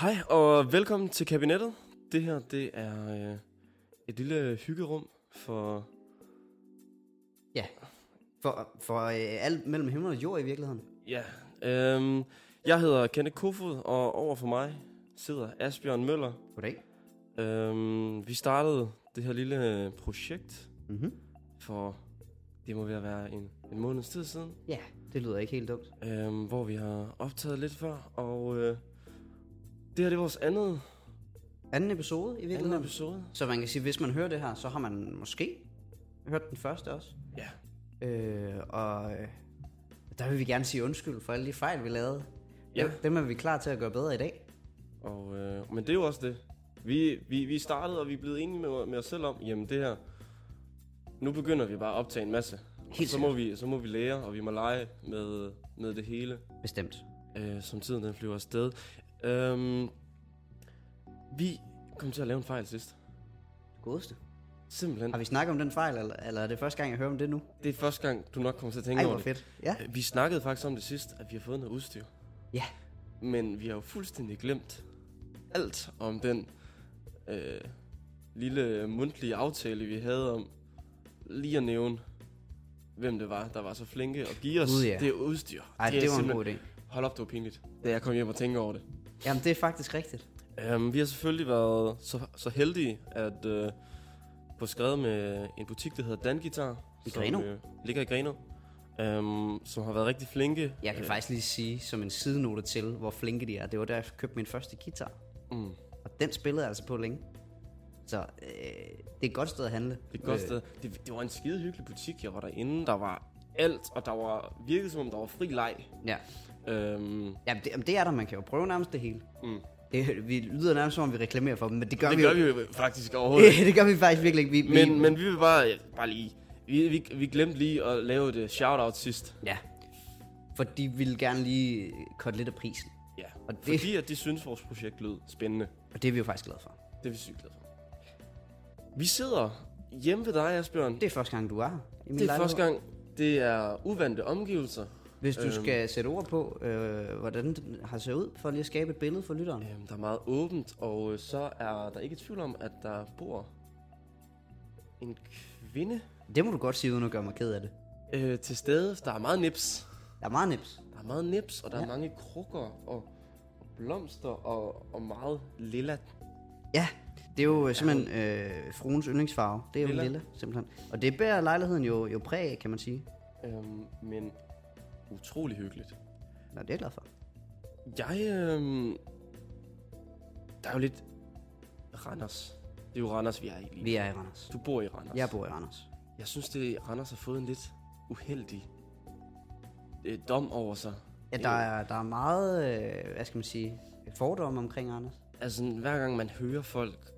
Hej og velkommen til kabinettet. Det her det er øh, et lille hyggerum for For, for øh, alt mellem himmel og jord i virkeligheden. ja. Øhm, jeg hedder Kenneth Kofod og over for mig sidder Asbjørn Møller. Goddag. Øhm, vi startede det her lille øh, projekt Mm-hmm. for det må være at være en, en måneds tid siden, Ja, det lyder ikke helt dumt. øhm, hvor vi har optaget lidt før og øh, det her det er vores andet, Anden episode i anden virkeligheden. episode. Så man kan sige, hvis man hører det her, så har man måske hørt den første også. Ja. Øh, og øh, der vil vi gerne sige undskyld for alle de fejl, vi lavede. Ja. Dem- Dem er vi klar til at gøre bedre i dag. Og, øh, men det er jo også det. Vi, vi, vi startede, og vi er blevet enige med, med os selv om, jamen det her, nu begynder vi bare at optage en masse. Helt så, må vi, så må vi lære, og vi må lege med, med det hele, Bestemt. øh, som tiden den flyver afsted. Øhm, vi kom til at lave en fejl sidst. Godeste. Simpelthen. Har vi snakket om den fejl, eller, eller er det første gang, jeg hører om det nu? Det er første gang, du nok kommer til at tænke Ej, over hvor det. fedt. Ja. Øh, Vi snakkede faktisk om det sidst, at vi har fået noget udstyr. Ja. Men vi har jo fuldstændig glemt alt om den øh, lille mundtlige aftale, vi havde om lige at nævne, hvem det var, der var så flinke og give os Gud, ja. det udstyr. Ej, er det var en simpelthen- god idé. Hold op, det var pinligt, da jeg kom hjem og tænkte over det. Jamen, det er faktisk rigtigt. Um, vi har selvfølgelig været så, så heldige, at øh, på skrevet med en butik, der hedder Dangitar. I Grenaa. øh, ligger i Greno. Um, som har været rigtig flinke. Jeg kan Øh, faktisk lige sige som en sidenote til, hvor flinke de er. Det var da jeg købte min første guitar. Mm. Og den spillede jeg altså på længe. Så øh, det er et godt sted at handle. Det, kostede, øh. det, det var en skide hyggelig butik, jeg var derinde. Der var alt, og der var virkede som om, der var fri leg. Øh, ja. Øhm, Jamen, det, jamen, det er der. Man kan jo prøve nærmest det hele. Mm. Det, vi lyder nærmest som om, vi reklamerer for dem, men det gør det vi gør jo. vi jo faktisk overhovedet. ikke. det gør vi faktisk virkelig ikke. Vi, vi, men, men vi vil bare, ja, bare lige... Vi, vi, vi glemte lige at lave et øh, shout-out sidst. Ja. For de ville gerne lige korte lidt af prisen. Ja. Og det- Fordi at de synes, vores projekt lød spændende. Og det er vi jo faktisk glade for. Det er vi sygt glade for. Vi sidder hjemme ved dig, Asbjørn. Det er første gang, du er her. i min Det er lejlighed. første gang, Øhm. det er uvante omgivelser. Hvis du skal sætte ord på, øh, hvordan den har set ud, for lige at skabe et billede for lytteren. Øhm, der er meget åbent, og øh, så er der ikke tvivl om, at der bor en kvinde Det må du godt sige, uden at gøre mig ked af det. øh, til stede. Der er meget nips. Der er meget nips. Der er meget nips, og der ja. er Ja. mange krukker og, og blomster og, og meget lilla. Ja, det er jo øh, simpelthen øh, fruens yndlingsfarve. Det er jo Lilla. lilla. lilla, simpelthen. Og det bærer lejligheden jo, jo præg af, kan man sige. Øhm, men utrolig hyggeligt. Nå, det er jeg glad for. Jeg, øhm, der er jo lidt Randers. Det er jo Randers, vi er i lige. Vi er i Randers. Du bor i Randers. Jeg bor i Randers. Jeg synes, det Randers har fået en lidt uheldig øh, dom over sig. Ja, der er, der er meget, øh, hvad skal man sige, fordomme omkring Randers. Altså, hver gang man hører folk,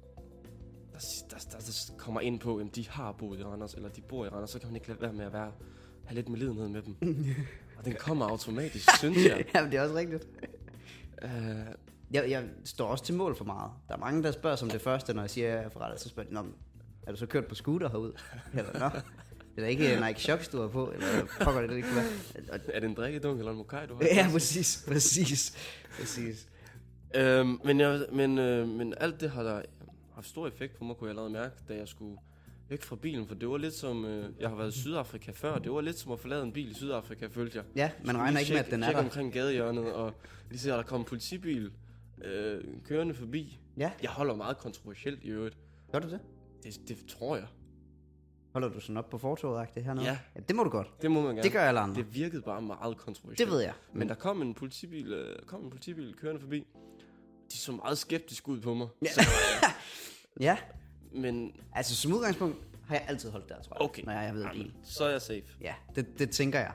der, s- der, der, der kommer ind på, at de har boet i Randers, eller de bor i Randers, så kan man ikke lade være med at være, have lidt medlidenhed med dem. og den kommer automatisk, synes jeg. Jamen, det er også rigtigt. Uh, Jeg, jeg står også til mål for meget. Der er mange, der spørger som det første, når jeg siger, at jeg er fra Randers, så spørger de, "Nå, men er du så kørt på scooter herud? Eller, nå, det er da ikke øh, Nike Shockstuer på, eller fucker det, det kunne være. Og, er det en drikkedunk eller en mokai, du har? ja, præcis, præcis, præcis. Øhm, men, jeg, men, øh, men alt det har der haft stor effekt på mig, kunne jeg allerede mærke, da jeg skulle væk fra bilen. For det var lidt som, øh, jeg har været i Sydafrika før, det var lidt som at forlade en bil i Sydafrika, følte jeg. Ja, man regner ikke med, at den er der. omkring gadehjørnet, og lige ser, der kommer en politibil øh, kørende forbi. Ja, Jeg holder meget kontroversielt i øvrigt. gør du det? Det, det tror jeg. Holder du sådan op på fortovet det hernede? Ja. ja. Det må du godt. Det må man gerne. Det gør alle andre. Det, det virkede bare meget kontroversielt. det ved jeg. Men der kom en politibil, øh, kom en politibil kørende forbi. De så meget skeptisk ud på mig. Ja. Så, Ja, men altså som udgangspunkt har jeg altid holdt der, tror jeg. Okay. Når jeg er ved bil. Jamen, så er jeg safe. Ja, det, det tænker jeg.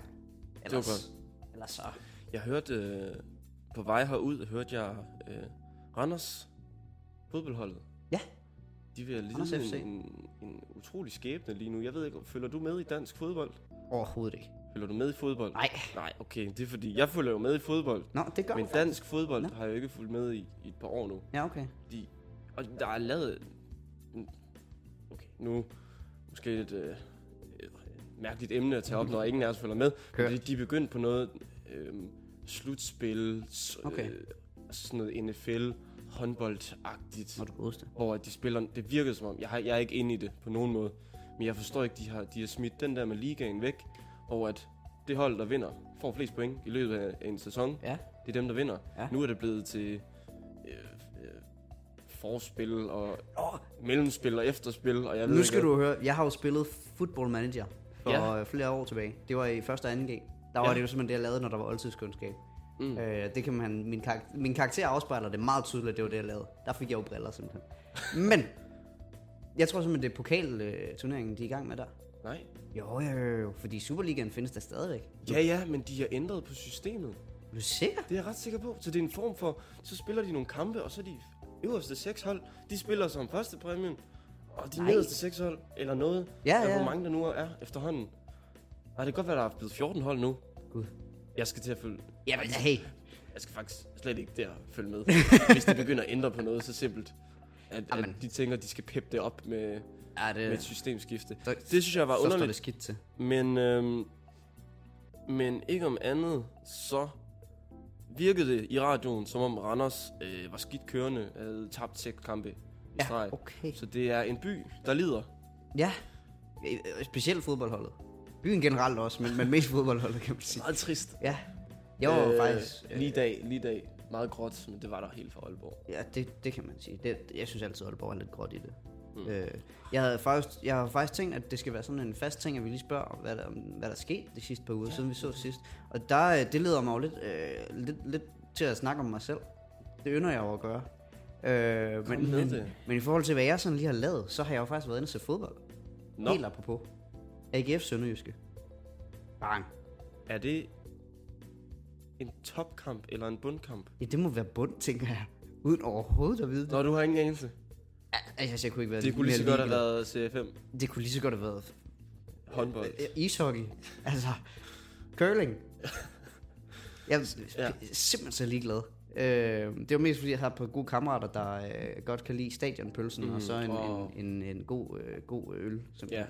Ellers, godt. Ellers så. Jeg hørte øh, på vej herud, hørte jeg øh, Randers fodboldholdet. Ja. De vil Randers lide FC. en, en, en utrolig skæbne lige nu. Jeg ved ikke, følger du med i dansk fodbold? Overhovedet ikke. Følger du med i fodbold? Nej. Nej, okay. Det er fordi, jeg følger jo med i fodbold. Nå, det gør Men Men da... dansk fodbold har jeg jo ikke fulgt med i, i et par år nu. Ja, okay. De, og der er lavet... en- Okay, nu måske et øh, øh, mærkeligt emne at tage op, når ingen af os følger med. Kør. Men de, de er begyndt på noget øh, øhm, slutspil, s- Okay. øh, altså sådan noget NFL håndboldagtigt, Må du poste. hvor at de spiller, det virkede som om, jeg, har, jeg er ikke inde i det på nogen måde, men jeg forstår ikke, de har, de har smidt den der med ligaen væk, og at det hold, der vinder, får flest point i løbet af en sæson, Ja. det er dem, der vinder. Ja. Nu er det blevet til øh, øh, forspil og Åh, mellemspil og efterspil, og jeg ved nu ikke skal hvad. du høre, jeg har jo spillet Football Manager for Ja. ja. flere år tilbage. Det var i første og anden G. Der var Ja. ja. det jo simpelthen det, jeg lavede, når der var oldtidskundskab. Mm. Mm. Øh, det kan man, min, karakter, min karakter afspejler det meget tydeligt, at det var det, jeg lavede. Der fik jeg jo briller simpelthen. Men, jeg tror simpelthen, det er pokalturneringen, de er i gang med der. Nej. Jo, jo, jo, jo, fordi Superligaen findes der stadigvæk. Ja, ja, men de har ændret på systemet. Er du sikker? Det er jeg ret sikker på. Så det er en form for, så spiller de nogle kampe, og så de øverste seks hold, de spiller som første præmien, og de Nej. nederste seks hold, eller noget, Ja, eller ja. hvor mange der nu er efterhånden. Og det kan godt være, der er blevet 14 hold nu. Gud. Jeg skal til at følge, Jamen, hey. jeg skal faktisk slet ikke der følge med, hvis de begynder at ændre på noget så simpelt. At, at Amen. de tænker, at de skal peppe det op med, Ja, det, med et systemskifte. så, Det synes jeg var så står underligt. det skidt til. Men, øhm, men ikke om andet, så virkede det i radioen, som om Randers øh, var skidt kørende, havde tabt seks kampe i ja, streg. Ja, okay. Så det er en by, der lider. Ja, Øh, specielt fodboldholdet. Byen generelt også, men, men mest fodboldholdet, kan man sige. Meget trist. Ja, jeg var øh, faktisk... Øh, lige i dag, lige i dag. Meget gråt, men det var der helt fra Aalborg. Ja, det, det kan man sige. Det, jeg synes altid, at Aalborg er lidt gråt i det. Mm. Øh, jeg, havde faktisk, jeg havde faktisk tænkt, at det skal være sådan en fast ting, at vi lige spørger, om, hvad der, om, hvad der skete de sidste par uger, ja. siden vi så sidst. Og der, øh, det leder mig jo lidt, øh, lidt, lidt til at snakke om mig selv. Det ynder jeg jo at gøre. Øh, men, med men, det. men i forhold til, hvad jeg sådan lige har lavet, så har jeg jo faktisk været inde og se fodbold. Nå, Helt apropos. AGF Sønderjyske. Bang. er det en topkamp eller en bundkamp? Ja, det må være bund, tænker jeg. Uden overhovedet at vide det. Nå, du har ingen anelse. Altså, jeg kunne ikke være Det kunne lige så mere godt have ligeglad. været CFM Det kunne lige så godt have været håndbold. Øh, Ishockey. Altså, curling. Jeg er Ja. ja. simpelthen så ligeglad. Øh, det var mest fordi, jeg har et par gode kammerater, der øh, godt kan lide stadionpølsen, mm, og så en, og- en, en, en god, øh, god øl. Mhm. Ja. Ja.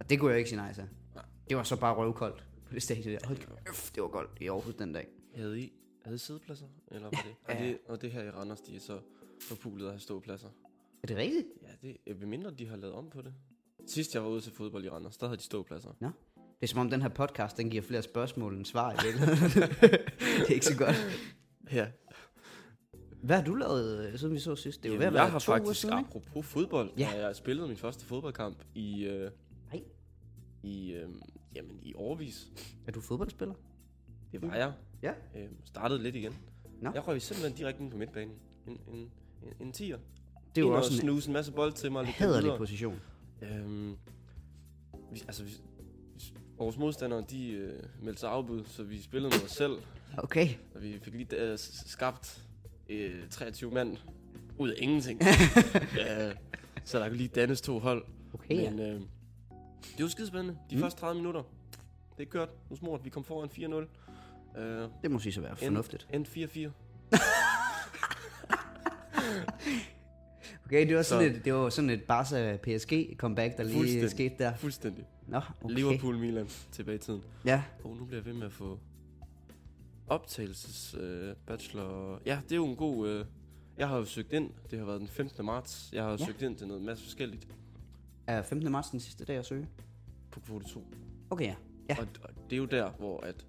Og det kunne jeg ikke sige nej til. Nej. Det var så bare røvkoldt på det stadion. der. Hold kæft, det var koldt i Aarhus den dag. Havde I, havde I siddepladser? Eller var det? Ja. Og, Ja. det, og det her i Randers, de er så forpulet at have ståpladser. Er det rigtigt? Ja, det er mindre, de har lavet om på det. Sidst jeg var ude til fodbold i Randers, der havde de ståpladser. Nå. Det er som om den her podcast, den giver flere spørgsmål end svar i virkeligheden. det er ikke så godt. Ja, Hvad har du lavet, øh, siden vi så sidst? Det er jo ved at være jeg har to uger faktisk, siden, ikke? apropos fodbold, ja. Ja. da jeg spillede min første fodboldkamp i, øh, Nej. i, øh, jamen, i årvis. Er du fodboldspiller? Det var jeg. Mm. Ja. Øh, startede lidt igen. Nå. Jeg røg simpelthen direkte ind på midtbanen. En, en, en, en tier. Det er jo Ind og også en snuse en masse bold til mig. og lægge den hæderlig videre. position. Øhm, vi, altså, vi, vores modstandere, de øh, meldte sig afbud, så vi spillede med os selv, Okay. og vi fik lige øh, s- skabt øh, 23 mand ud af ingenting. øh, så der kunne lige dannes to hold. Okay, ja. Men øh, det var skidespændende. De mm. første 30 minutter, det er kørt. Nu smurt, vi kom foran 4-0. Øh, Det må sige så være fornuftigt. End 4-4. Okay, det var Så- sådan, et, det var sådan et Barca PSG comeback, der lige Fuldstændig. skete der. Fuldstændig. Nå, okay. Liverpool-Milan tilbage i tiden. Ja, Og nu bliver jeg ved med at få optagelses øh, bachelor. Ja, det er jo en god... Øh, jeg har jo søgt ind. Det har været den 15. marts. Jeg har jo ja. Ja. søgt ind til noget masse forskelligt er 15. marts den sidste dag at søge? på kvote 2. Okay, ja. Ja, Ja. Og, og, det er jo der, hvor at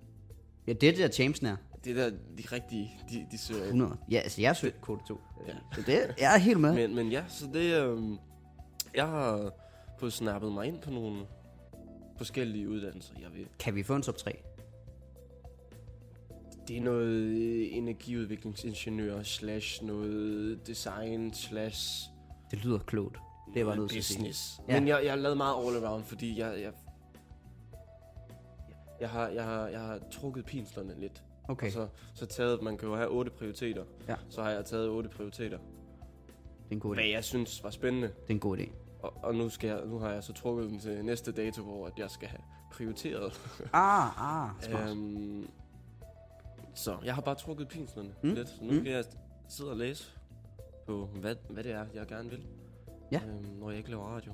ja det er det der James nær. det er der, de rigtige, de, de søger ind. 100. Ja, altså jeg søgte kode 2. Ja. Så det, jeg er helt med. Men, men ja, så det... Øh, jeg har fået snappet mig ind på nogle forskellige uddannelser. Jeg vil. Kan vi få en top 3? Det er noget øh, energiudviklingsingeniør slash noget design slash Det lyder klogt. Det var nødt til at sige. business. Ja. Men jeg, jeg har lavet meget all around, fordi jeg, jeg, jeg, har, jeg, har, jeg har trukket pinslerne lidt. Okay, Og så, så taget, man kan jo have otte prioriteter. Ja. Så har jeg taget otte prioriteter, det er en god idé. hvad jeg synes var spændende. Det er en god idé. Og, og nu, skal jeg, nu har jeg så trukket dem til næste dato, hvor at jeg skal have prioriteret. Ah, ah, smart. Øhm, så jeg har bare trukket pinslerne mm. Mm. lidt. Så nu mm. Mm. kan jeg sidde og læse på, hvad, hvad det er, jeg gerne vil. Ja. Øhm, når jeg ikke laver radio.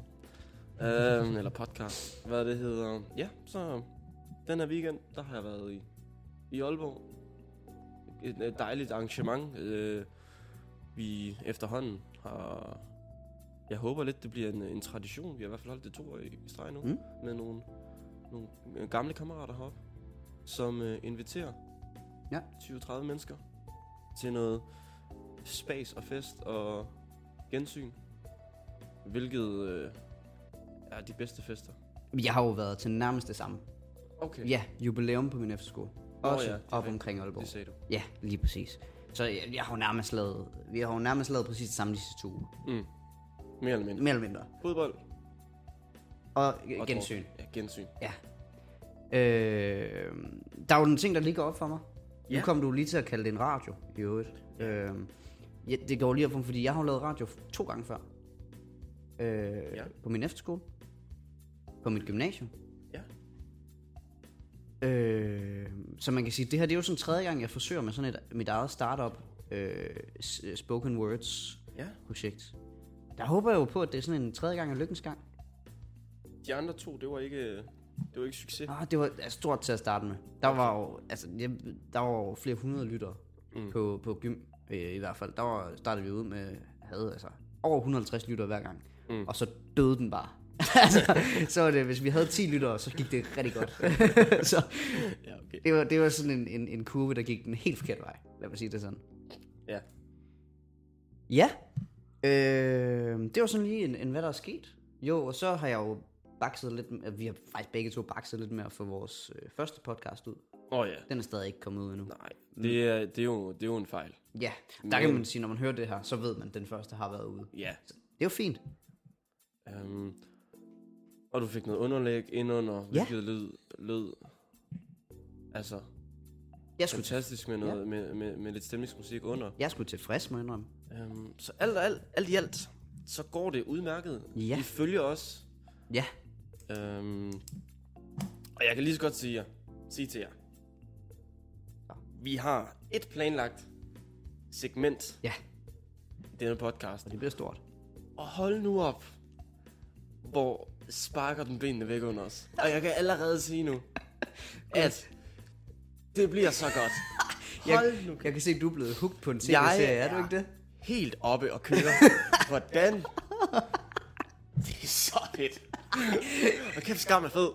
øhm, eller podcast. Hvad det hedder. Ja, så den her weekend, der har jeg været i, i Aalborg. et øh, dejligt arrangement, øh, vi efterhånden har... Jeg håber lidt, det bliver en, en tradition. Vi har i hvert fald holdt det to år i i streg nu, Mm. mm. med nogle, nogle øh, gamle kammerater heroppe, som øh, inviterer Ja. 20-30 mennesker til noget spas og fest og gensyn. Hvilket øh, er de bedste fester. Jeg har jo været til nærmest det samme. Okay, Ja, jubilæum på min efterskole. Også ja, ja, det er op rigtigt. omkring Aalborg. det sagde du. Ja, lige præcis. Så jeg, jeg har jo nærmest lavet, vi har jo nærmest lavet præcis det samme de sidste to uger. Mm. Mere eller mindre. Mere eller mindre. Fodbold Og, og og gensyn. druk. Ja, gensyn. Ja. Øh, der er jo en ting, der lige går op for mig. Ja. Ja. Nu kom du lige til at kalde det en radio, i øvrigt. Øh, ja, det går lige op for mig, fordi jeg har jo lavet radio to gange før. Øh, ja. På min efterskole. På mit gymnasium. Ja. Øh, så man kan sige, det her det er jo sådan tredje gang, jeg forsøger med sådan et, mit eget startup øh, s- spoken words Ja. projekt. Der håber jeg jo på, at det er sådan en tredje gang og lykkens gang. De andre to, det var ikke, det var ikke succes. Ah, det var altså, stort til at starte med. Der var jo, altså, jeg, der var jo flere hundrede lyttere mm. på, på gym, øh, i hvert fald. Der var, startede vi ud med, havde altså over 150 lyttere hver gang. Mm. Og så døde den bare. altså, så var det, hvis vi havde 10 lyttere, så gik det rigtig godt. så Ja, okay. det var, det var sådan en, en, en kurve, der gik den helt forkerte vej. Lad mig sige det sådan. Ja. Ja. Øh, det var sådan lige en, en, hvad der er sket. Jo, og så har jeg jo bakset lidt, med- vi har faktisk begge to bakset lidt med at få vores øh, første podcast ud. Åh oh, ja. Den er stadig ikke kommet ud endnu. Nej, det er, det, er jo, det er jo en fejl. Ja, der Men... kan man sige, når man hører det her, så ved man, at den første har været ude. Ja. Det er jo fint. Um, og du fik noget underlæg indunder, hvilket ja. lød, lød altså, Jeg skulle, fantastisk med, noget, ja. med, med, med lidt stemningsmusik under. jeg skulle tilfreds, må jeg indrømme. Um, så alt, og alt, alt i alt, så går det udmærket. Ja. I følger os. Ja, Um, og jeg kan lige så godt sige, jer, sige til jer, vi har et planlagt segment ja, i denne podcast. og det bliver stort. Og hold nu op, hvor sparker den benene væk under os. Og jeg kan allerede sige nu, at det bliver så godt. Hold nu Jeg kan se, at du er blevet hooked på en Jeg tv-serie, er du er- ikke det? helt oppe og kører. Hvordan? Det er så fedt. Og kæft, skam er fed.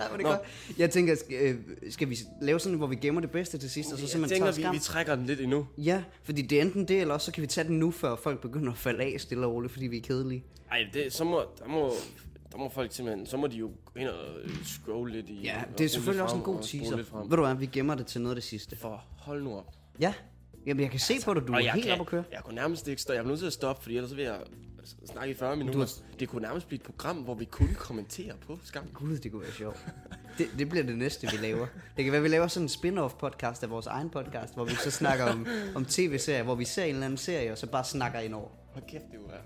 Ja, var det Nå. godt. Jeg tænker, sk- øh, skal vi lave sådan, hvor vi gemmer det bedste til sidst, og så Jeg simpelthen tænker, tager skam? vi, vi trækker den lidt endnu. Ja, fordi det er enten det, eller også så kan vi tage den nu, før folk begynder at falde af stille og roligt, fordi vi er kedelige. Ej, det, så må, der, må, der må folk simpelthen, så må de jo gå ind og øh, scrolle lidt i... Ja, og det er rulle selvfølgelig også en frem god og spole lidt teaser. frem. Ved du hvad, vi gemmer det til noget af det sidste. For hold nu op. Ja, Jamen, jeg kan se på dig, Altså, du Og er jeg helt kan, op at køre. Jeg kunne nærmest ikke stoppe. Jeg er nødt til at stoppe, fordi ellers så vil jeg altså, snakke i 40 minutter. Har... Det kunne nærmest blive et program, hvor vi kun kommenterer på skam. Gud, det kunne være sjovt. Det, det bliver det næste, vi laver. Det kan være, vi laver sådan en spin-off podcast af vores egen podcast, hvor vi så snakker om, om tv-serier, hvor vi ser en eller anden serie, og så bare snakker ind over. Hold kæft, det var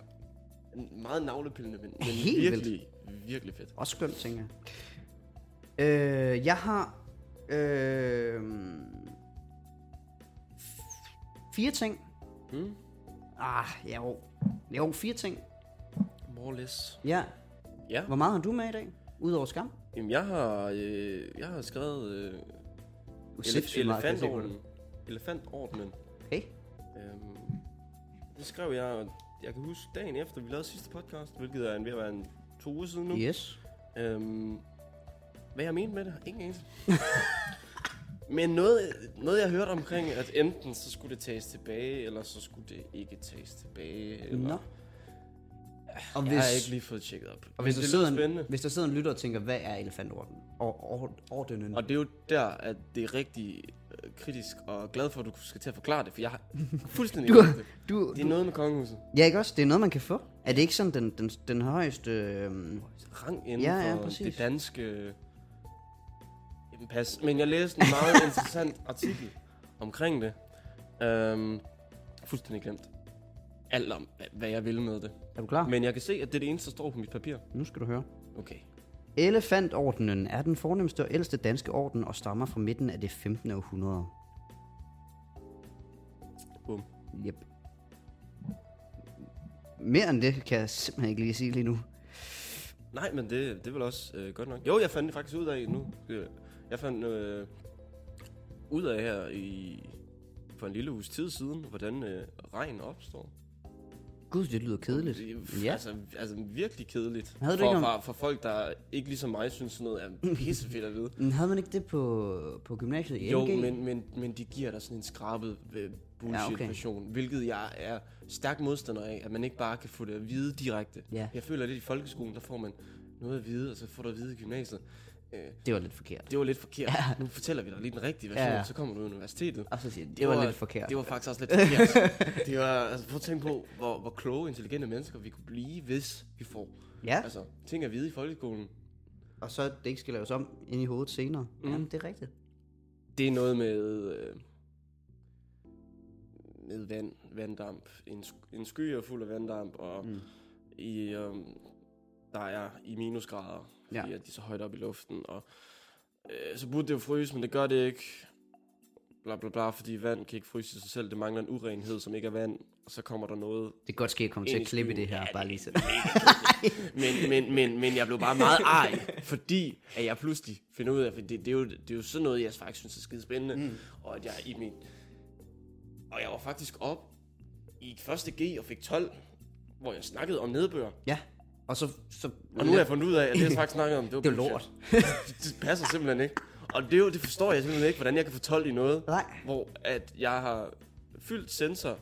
en meget navlepillende, men, men Helt virkelig, virkelig fedt. Også skønt, tænker jeg. Øh, jeg har... Øh, f- fire ting. Mm. Ah, jo. Jo, fire ting. More or less. Ja. Ja, Hvor meget har du med i dag? Udover skam? Jamen, jeg har, øh, jeg har skrevet øh, elef- Sindssygt meget, kan jeg se på dig. elefantordenen. Elefantordenen. Okay. Øhm, det skrev jeg, og jeg kan huske dagen efter, vi lavede sidste podcast, hvilket er en, ved at være en to uger siden nu. Yes. Øhm, hvad jeg mente med det, har ingen anelse. Men noget, noget, jeg hørte omkring, at enten så skulle det tages tilbage, eller så skulle det ikke tages tilbage. Eller... Nå. Og Jeg har ikke lige fået tjekket op. Og hvis, Men der det lyder sidder spændende. en, hvis der sidder en lytter og tænker, hvad er elefantorden? Og or, ordenen? Og det er jo der, at det er rigtig øh, kritisk, og glad for, at du skal til at forklare det, for jeg har fuldstændig Du- glemt det. du, Det er noget med kongehuset. ja, ikke også? Det er noget, man kan få. Er det ikke sådan den, den, den højeste... Øh, Rang inden Ja, ja, for præcis. det danske... Jamen, pas. Men jeg læste en meget interessant artikel omkring det. Øhm, fuldstændig glemt. Alt om, hva- hvad jeg vil med det. er du klar? Men... Men jeg kan se, at det er det eneste, der står på mit papir. Nu skal du høre. Okay. Elefantordenen er den fornemmeste og ældste danske orden og stammer fra midten af det 15. århundrede. Bum. Yep. Mere end det kan jeg simpelthen ikke lige sige lige nu. Nej, men det, det er vel også øh, godt nok. Jo, jeg fandt det faktisk ud af nu. Øh, Jeg fandt øh, ud af her i for en lille uges tid siden, hvordan øh, regn opstår. Gud, det lyder kedeligt. Det, ja. Ja. altså, altså virkelig kedeligt. Havde du for, ikke for, for folk, der ikke ligesom mig synes, sådan noget er pissefedt at vide. Men havde man ikke det på, på gymnasiet i Jo, LG? men, men, men de giver dig sådan en skrabet øh, bullshit-version, ja, okay. hvilket jeg er stærk modstander af, at man ikke bare kan få det at vide direkte. Ja, Jeg føler lidt i folkeskolen, der får man noget at vide, og så får du at vide i gymnasiet. Øh, det var lidt forkert. det var lidt forkert. Ja. Nu fortæller vi dig lige den rigtige version, Ja. ja. så kommer du ud af universitetet. Og så siger jeg, det, Det var, var- lidt forkert. Det var faktisk også lidt forkert. det var, altså, prøv at tænke på, hvor, hvor kloge, intelligente mennesker vi kunne blive, hvis vi får Ja, altså, ting at vide i folkeskolen. og så det ikke skal laves om ind i hovedet senere. Mm. Mm. Jamen, det er rigtigt. Det er noget med, øh, med vand, vanddamp. En, sk- en sky er fuld af vanddamp, og Mm. mm. i, øh, der er i minusgrader, Ja. fordi ja. de er så højt op i luften. Og, øh, så burde det jo fryse, men det gør det ikke. Bla, bla, bla, fordi vand kan ikke fryse i sig selv. Det mangler en urenhed, som ikke er vand. Og så kommer der noget Det kan godt ske, at jeg kommer til Ind at i klippe skyen. det her, Ja, bare det- lige så. men, men, men, men jeg blev bare meget arg, fordi at jeg pludselig finder ud af, for det, det, er, jo, det er jo sådan noget, jeg faktisk synes er skide spændende. Mm. Og at jeg i min... Og jeg var faktisk op i første G og fik 12, hvor jeg snakkede om nedbør. Ja, og så... så Og nu har jeg fundet ud af, at det jeg faktisk snakkede om, det var Det er jo bullshit. det passer simpelthen ikke. Og det, er jo, det forstår jeg simpelthen ikke, hvordan jeg kan få 12 i noget, Nej. hvor at jeg har fyldt sensor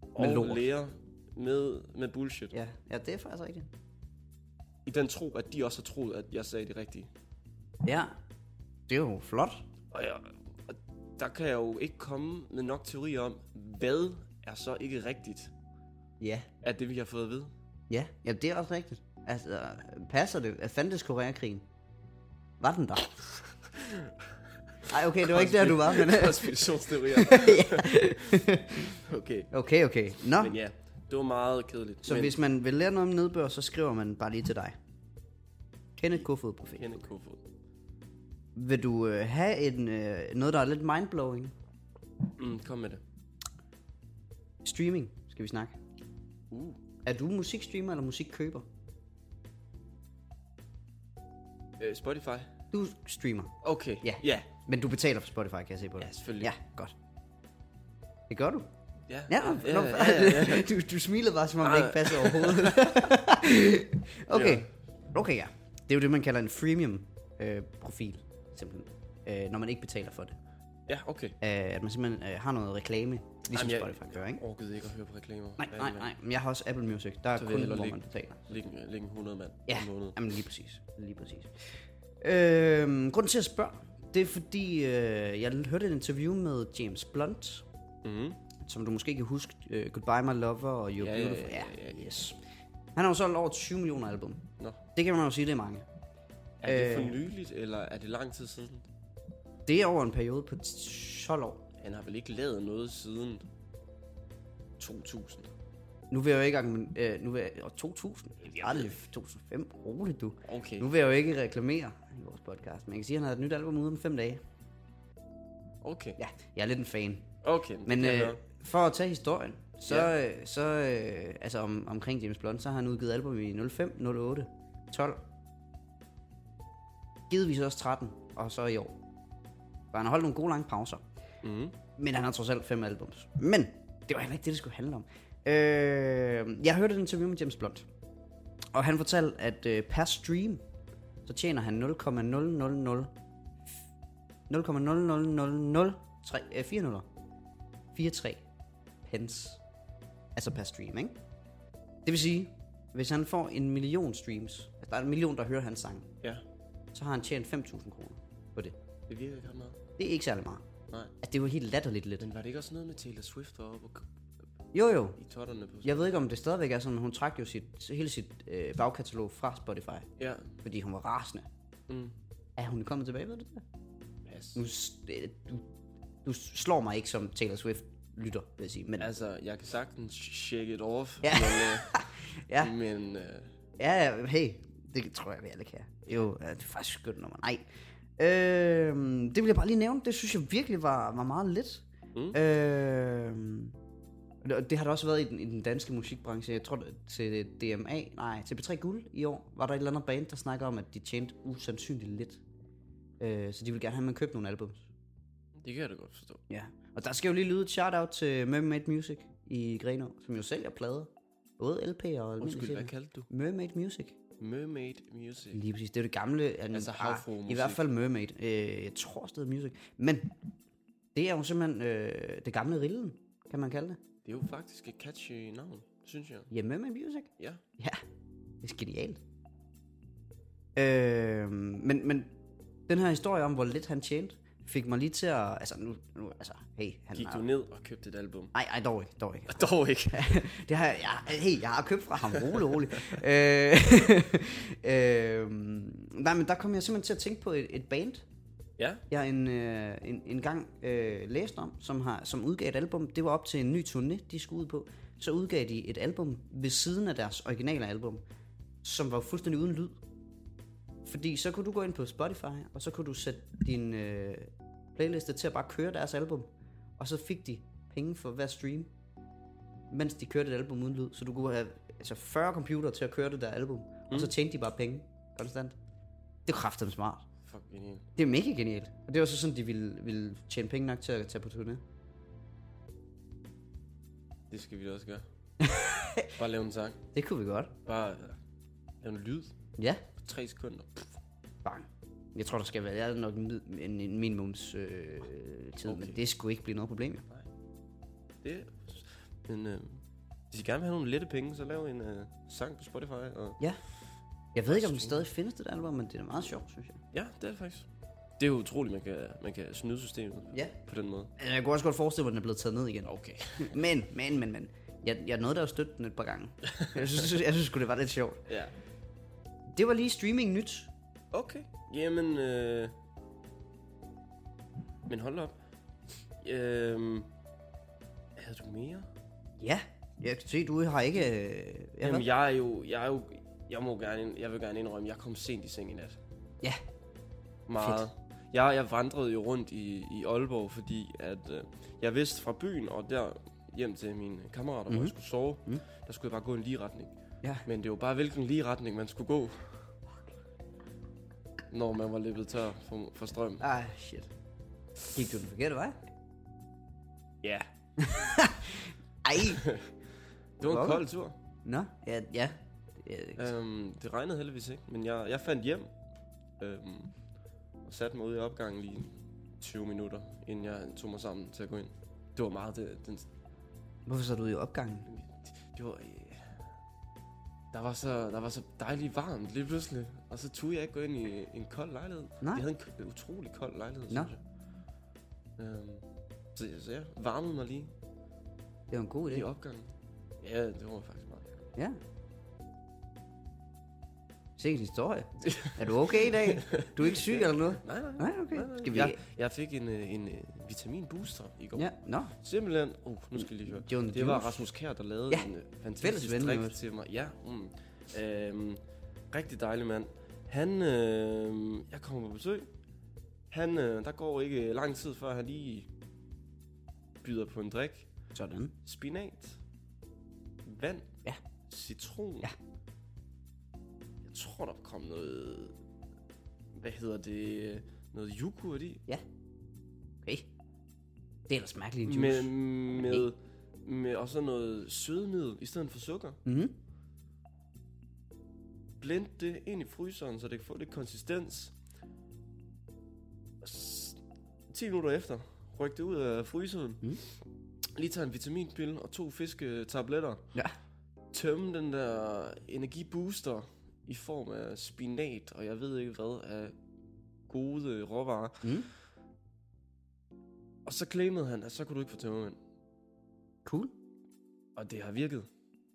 og Med med lort. lærer med, med bullshit. Ja, ja, det er faktisk rigtigt. I den tro, at de også har troet, at jeg sagde det rigtige. Ja, det er jo flot. Og, jeg, og der kan jeg jo ikke komme med nok teori om, hvad er så ikke rigtigt Ja, af det, vi har fået at vide. ja, ja det er også rigtigt. Altså, passer det? At fandtes Koreakrigen? Var den der? Nej, okay, det var ikke der, du var, men... Konspirationsteorier. okay, Okay, okay. Nå, men ja, det var meget kedeligt. så men hvis man vil lære noget om nedbør, så skriver man bare lige til dig. Kenneth Kofod på Facebook. Kenneth Kofod. Vil du øh, have en, øh, noget, der er lidt mindblowing? Mm, kom med det. Streaming, skal vi snakke. Uh, Er du musikstreamer eller musikkøber? øh, Spotify. Du streamer, Okay, Ja. ja, men du betaler for Spotify, kan jeg se på dig. ja selvfølgelig. Ja, godt. Det gør du. ja, Ja, ja, nå, ja, ja, ja. Du, du smilede bare, som om det Nej. ikke passer overhovedet. okay. okay, ja. Det er jo det, man kalder en freemium-profil, simpelthen. Øh, når man ikke betaler for det. ja okay. Øh, at man simpelthen øh, har noget reklame, ligesom Jamen, jeg- Spotify gør, ikke? Jeg orkede ikke at høre på reklamer. Nej, nej, nej. Men jeg har også Apple Music. Der er Så vil kun, jeg hellere hvor ligge- man betaler. Læg, læg en 100 mand Ja, om måneden. jamen lige præcis. Lige præcis. Øhm, grunden til at spørge, det er fordi, øh, jeg hørte et interview med James Blunt, Mm. som du måske kan huske, øh, Goodbye My Lover og You're Ja, ja, Beautiful. ja, ja, ja. yes. Han har jo solgt over 20 millioner album. Nå. Det kan man jo sige, det er mange. Er det Øh. for nyligt, eller er det lang tid siden? Det er over en periode på 12 år. Han har vel ikke lavet noget siden 2000? Nu vil jeg jo ikke... argumen- Øh, nu vil jeg, og 2000? Jeg er det 2005. Roligt, du. Okay, Nu vil jeg jo ikke reklamere i vores podcast, men jeg kan sige, at han har et nyt album ude om fem dage. okay, Ja, jeg er lidt en fan. okay. det Men kan jeg øh, høre. for at tage historien, så, ja. så øh, altså om, omkring James Blunt, så har han udgivet album i 05, 08, 12, givetvis også 13, og så i år. For han har holdt nogle gode lange pauser. Mhm. Men han har trods alt fem albums. Men det var heller ikke det, det skulle handle om. Øh, jeg hørte et interview med James Blunt, og han fortalte, at øh, per stream, så tjener han 0,000 0,00003 øh, 4 nuller. 4,3 pence. Altså per stream, ikke? Det vil sige, hvis han får en million streams, altså der er en million, der hører hans sang, ja, så har han tjent 5.000 kroner på det. det virker ikke ret meget. Det er ikke særlig meget. Nej, Altså, det er jo helt latterligt lidt. men var det ikke også noget med Taylor Swift deroppe og k- Jo, jo. i totterne på? Jeg ved ikke, om det stadigvæk er sådan, men hun trak jo sit, hele sit øh, bagkatalog fra Spotify, Ja, fordi hun var rasende. mm. Er hun kommet tilbage ved det der? Pas. Nu, s- øh, du, du slår mig ikke som Taylor Swift lytter, vil jeg sige. Men Altså, jeg kan sagtens shake it off, Ja. men, øh, Ja. men øh, Ja, ja, hey, det tror jeg, vi alle kan. Jo, ja, det er faktisk et skønt nummer. Nej. Øhm, det vil jeg bare lige nævne. Det synes jeg virkelig var, var meget lidt. Mm. Mm. Øhm, og det- det har der også været i den, i den danske musikbranche. Jeg tror, det- til DMA, nej, til B3 Guld i år, var der et eller andet band, der snakker om, at de tjente usandsynligt lidt. Øh, så de ville gerne have, at man købte nogle albums. Det kan jeg da godt forstå. Ja. Og der skal jo lige lyde et shout-out til Mermaid Music i Grenå, som jo sælger plader. Både LP'er og almindelige Undskyld, hvad CD. kaldte du? Mermaid Music. Mermaid Music. Lige præcis. Det er jo det gamle. Altså ah, havfruemusik. I hvert fald Mermaid. Øh, jeg tror stadig Music. Men det er jo simpelthen øh, det gamle rillen, kan man kalde det. Det er jo faktisk et catchy navn, synes jeg. Ja, Mermaid Music. Ja. Ja, det er genialt. Øh, men, men den her historie om, hvor lidt han tjente, fik mig lige til at... Altså, nu... nu altså, hey, han Gik har- du ned og købte et album? Nej, ej, dog ikke, dog ikke. Dog ikke. det har jeg, jeg, hey, jeg har købt fra ham, rolig, rolig. øh, øh, nej, men der kom jeg simpelthen til at tænke på et, et band, Ja, jeg en, øh, en, en gang øh, læste om, som, har, som udgav et album. Det var op til en ny turné, de skulle ud på. Så udgav de et album ved siden af deres originale album, som var fuldstændig uden lyd. Fordi så kunne du gå ind på Spotify, og så kunne du sætte din øh, playliste til at bare køre deres album. Og så fik de penge for hver stream, mens de kørte et album uden lyd. Så du kunne have altså 40 computer til at køre det der album, mm. og så tjente de bare penge konstant. Det er kraftedeme smart. fuck genial. Det er mega genialt. Og det var så sådan, de ville, ville tjene penge nok til at tage på turné. Det skal vi da også gøre. Bare lave en sang. Det kunne vi godt. Bare øh, lave en lyd Ja. på tre sekunder. Pff, Bang. Jeg tror, der skal være jeg er nok en, mid- en, en minimums øh, tid, okay. Okay. men det skulle ikke blive noget problem. jo. Det Men øh, hvis I gerne vil have nogle lette penge, så lav en øh, sang på Spotify. Og... Ja. Jeg ved ikke, om det stadig findes, det der album, men det er da meget sjovt, synes jeg. Ja, det er det faktisk. Det er jo utroligt, man kan, man kan snyde systemet Ja. på den måde. Altså, Jeg kunne også godt forestille mig, at den er blevet taget ned igen. Okay. Men, men, men, men. Jeg, jeg nåede da at støtte den et par gange. Jeg synes, jeg synes sgu, det var lidt sjovt. Ja. Det var lige streaming nyt. Okay. Jamen, øh... Men hold op. Øhm... Havde du mere? Ja. Jeg kan se, du har ikke... Øh, ja, Jamen, hvad? jeg er jo... Jeg er jo... Jeg, må gerne, ind- jeg vil gerne indrømme, jeg kom sent i seng i nat. ja. Meget. Jeg, jeg vandrede jo rundt i, i Aalborg, fordi at øh, jeg vidste fra byen og der hjem til mine kammerater, mm-hmm. Mhm. hvor jeg skulle sove, mm. der skulle jeg bare gå i en lige retning. Ja. Men det var bare, hvilken lige retning man skulle gå, når man var løbet tør for, for strøm. Ah, shit. Gik du den forkerte vej? Ja, Ej, det var en Hvorfor? kold tur. Nå, ja, ja. Øh, Øhm, det regnede heldigvis ikke, men jeg, jeg fandt hjem øhm, og satte mig ud i opgangen lige 20 minutter, inden jeg tog mig sammen til at gå ind. Det var meget det, den, Øh. Hvorfor så er du ude i opgangen? det var, øh, der, var så, der var så dejligt varmt lige pludselig, og så turde jeg ikke gå ind i en kold lejlighed. Nej. Jeg havde en k- utrolig kold lejlighed, Nå. synes jeg. Øhm, så, så jeg varmede mig lige Det var en god idé. i opgangen. Ja, det var faktisk meget. Ja. Se en historie. Er du okay i dag? Du er ikke syg eller noget? Nej, nej. Nej, okay. nej, nej. Skal vi... Jeg, jeg fik en, øh, en øh, vitaminbooster i går. Ja, nå. Simpelthen, uh, nu skal jeg lige høre. John Det var Dyrus. Rasmus Kær, der lavede Mm, Ja, ja. en øh, fælles fantastisk ven i drik øvrigt. til mig. Ja, mm. øhm, rigtig dejlig mand. Han, øh, jeg kommer på besøg. Han, øh, der går ikke lang tid, før han lige byder på en drik. Sådan. Spinat, vand, Ja. citron. Ja. Jeg tror, der kom noget, hvad hedder det, noget yoghurt i. Okay. Det er ellers mærkeligt juice. Med, med, med også noget sødemiddel i stedet for sukker. Mm-hmm. Blend det ind i fryseren, så det kan få lidt konsistens. S- 10 minutter efter, ryk det ud af fryseren. Mm. Lige tage en vitaminpille og to fisketabletter. Ja. Tømme den der energibooster i form af spinat, og jeg ved ikke hvad, af gode råvarer. Mm. Og så claimede han, at så kunne du ikke få tømmermænd. Cool. Og det har virket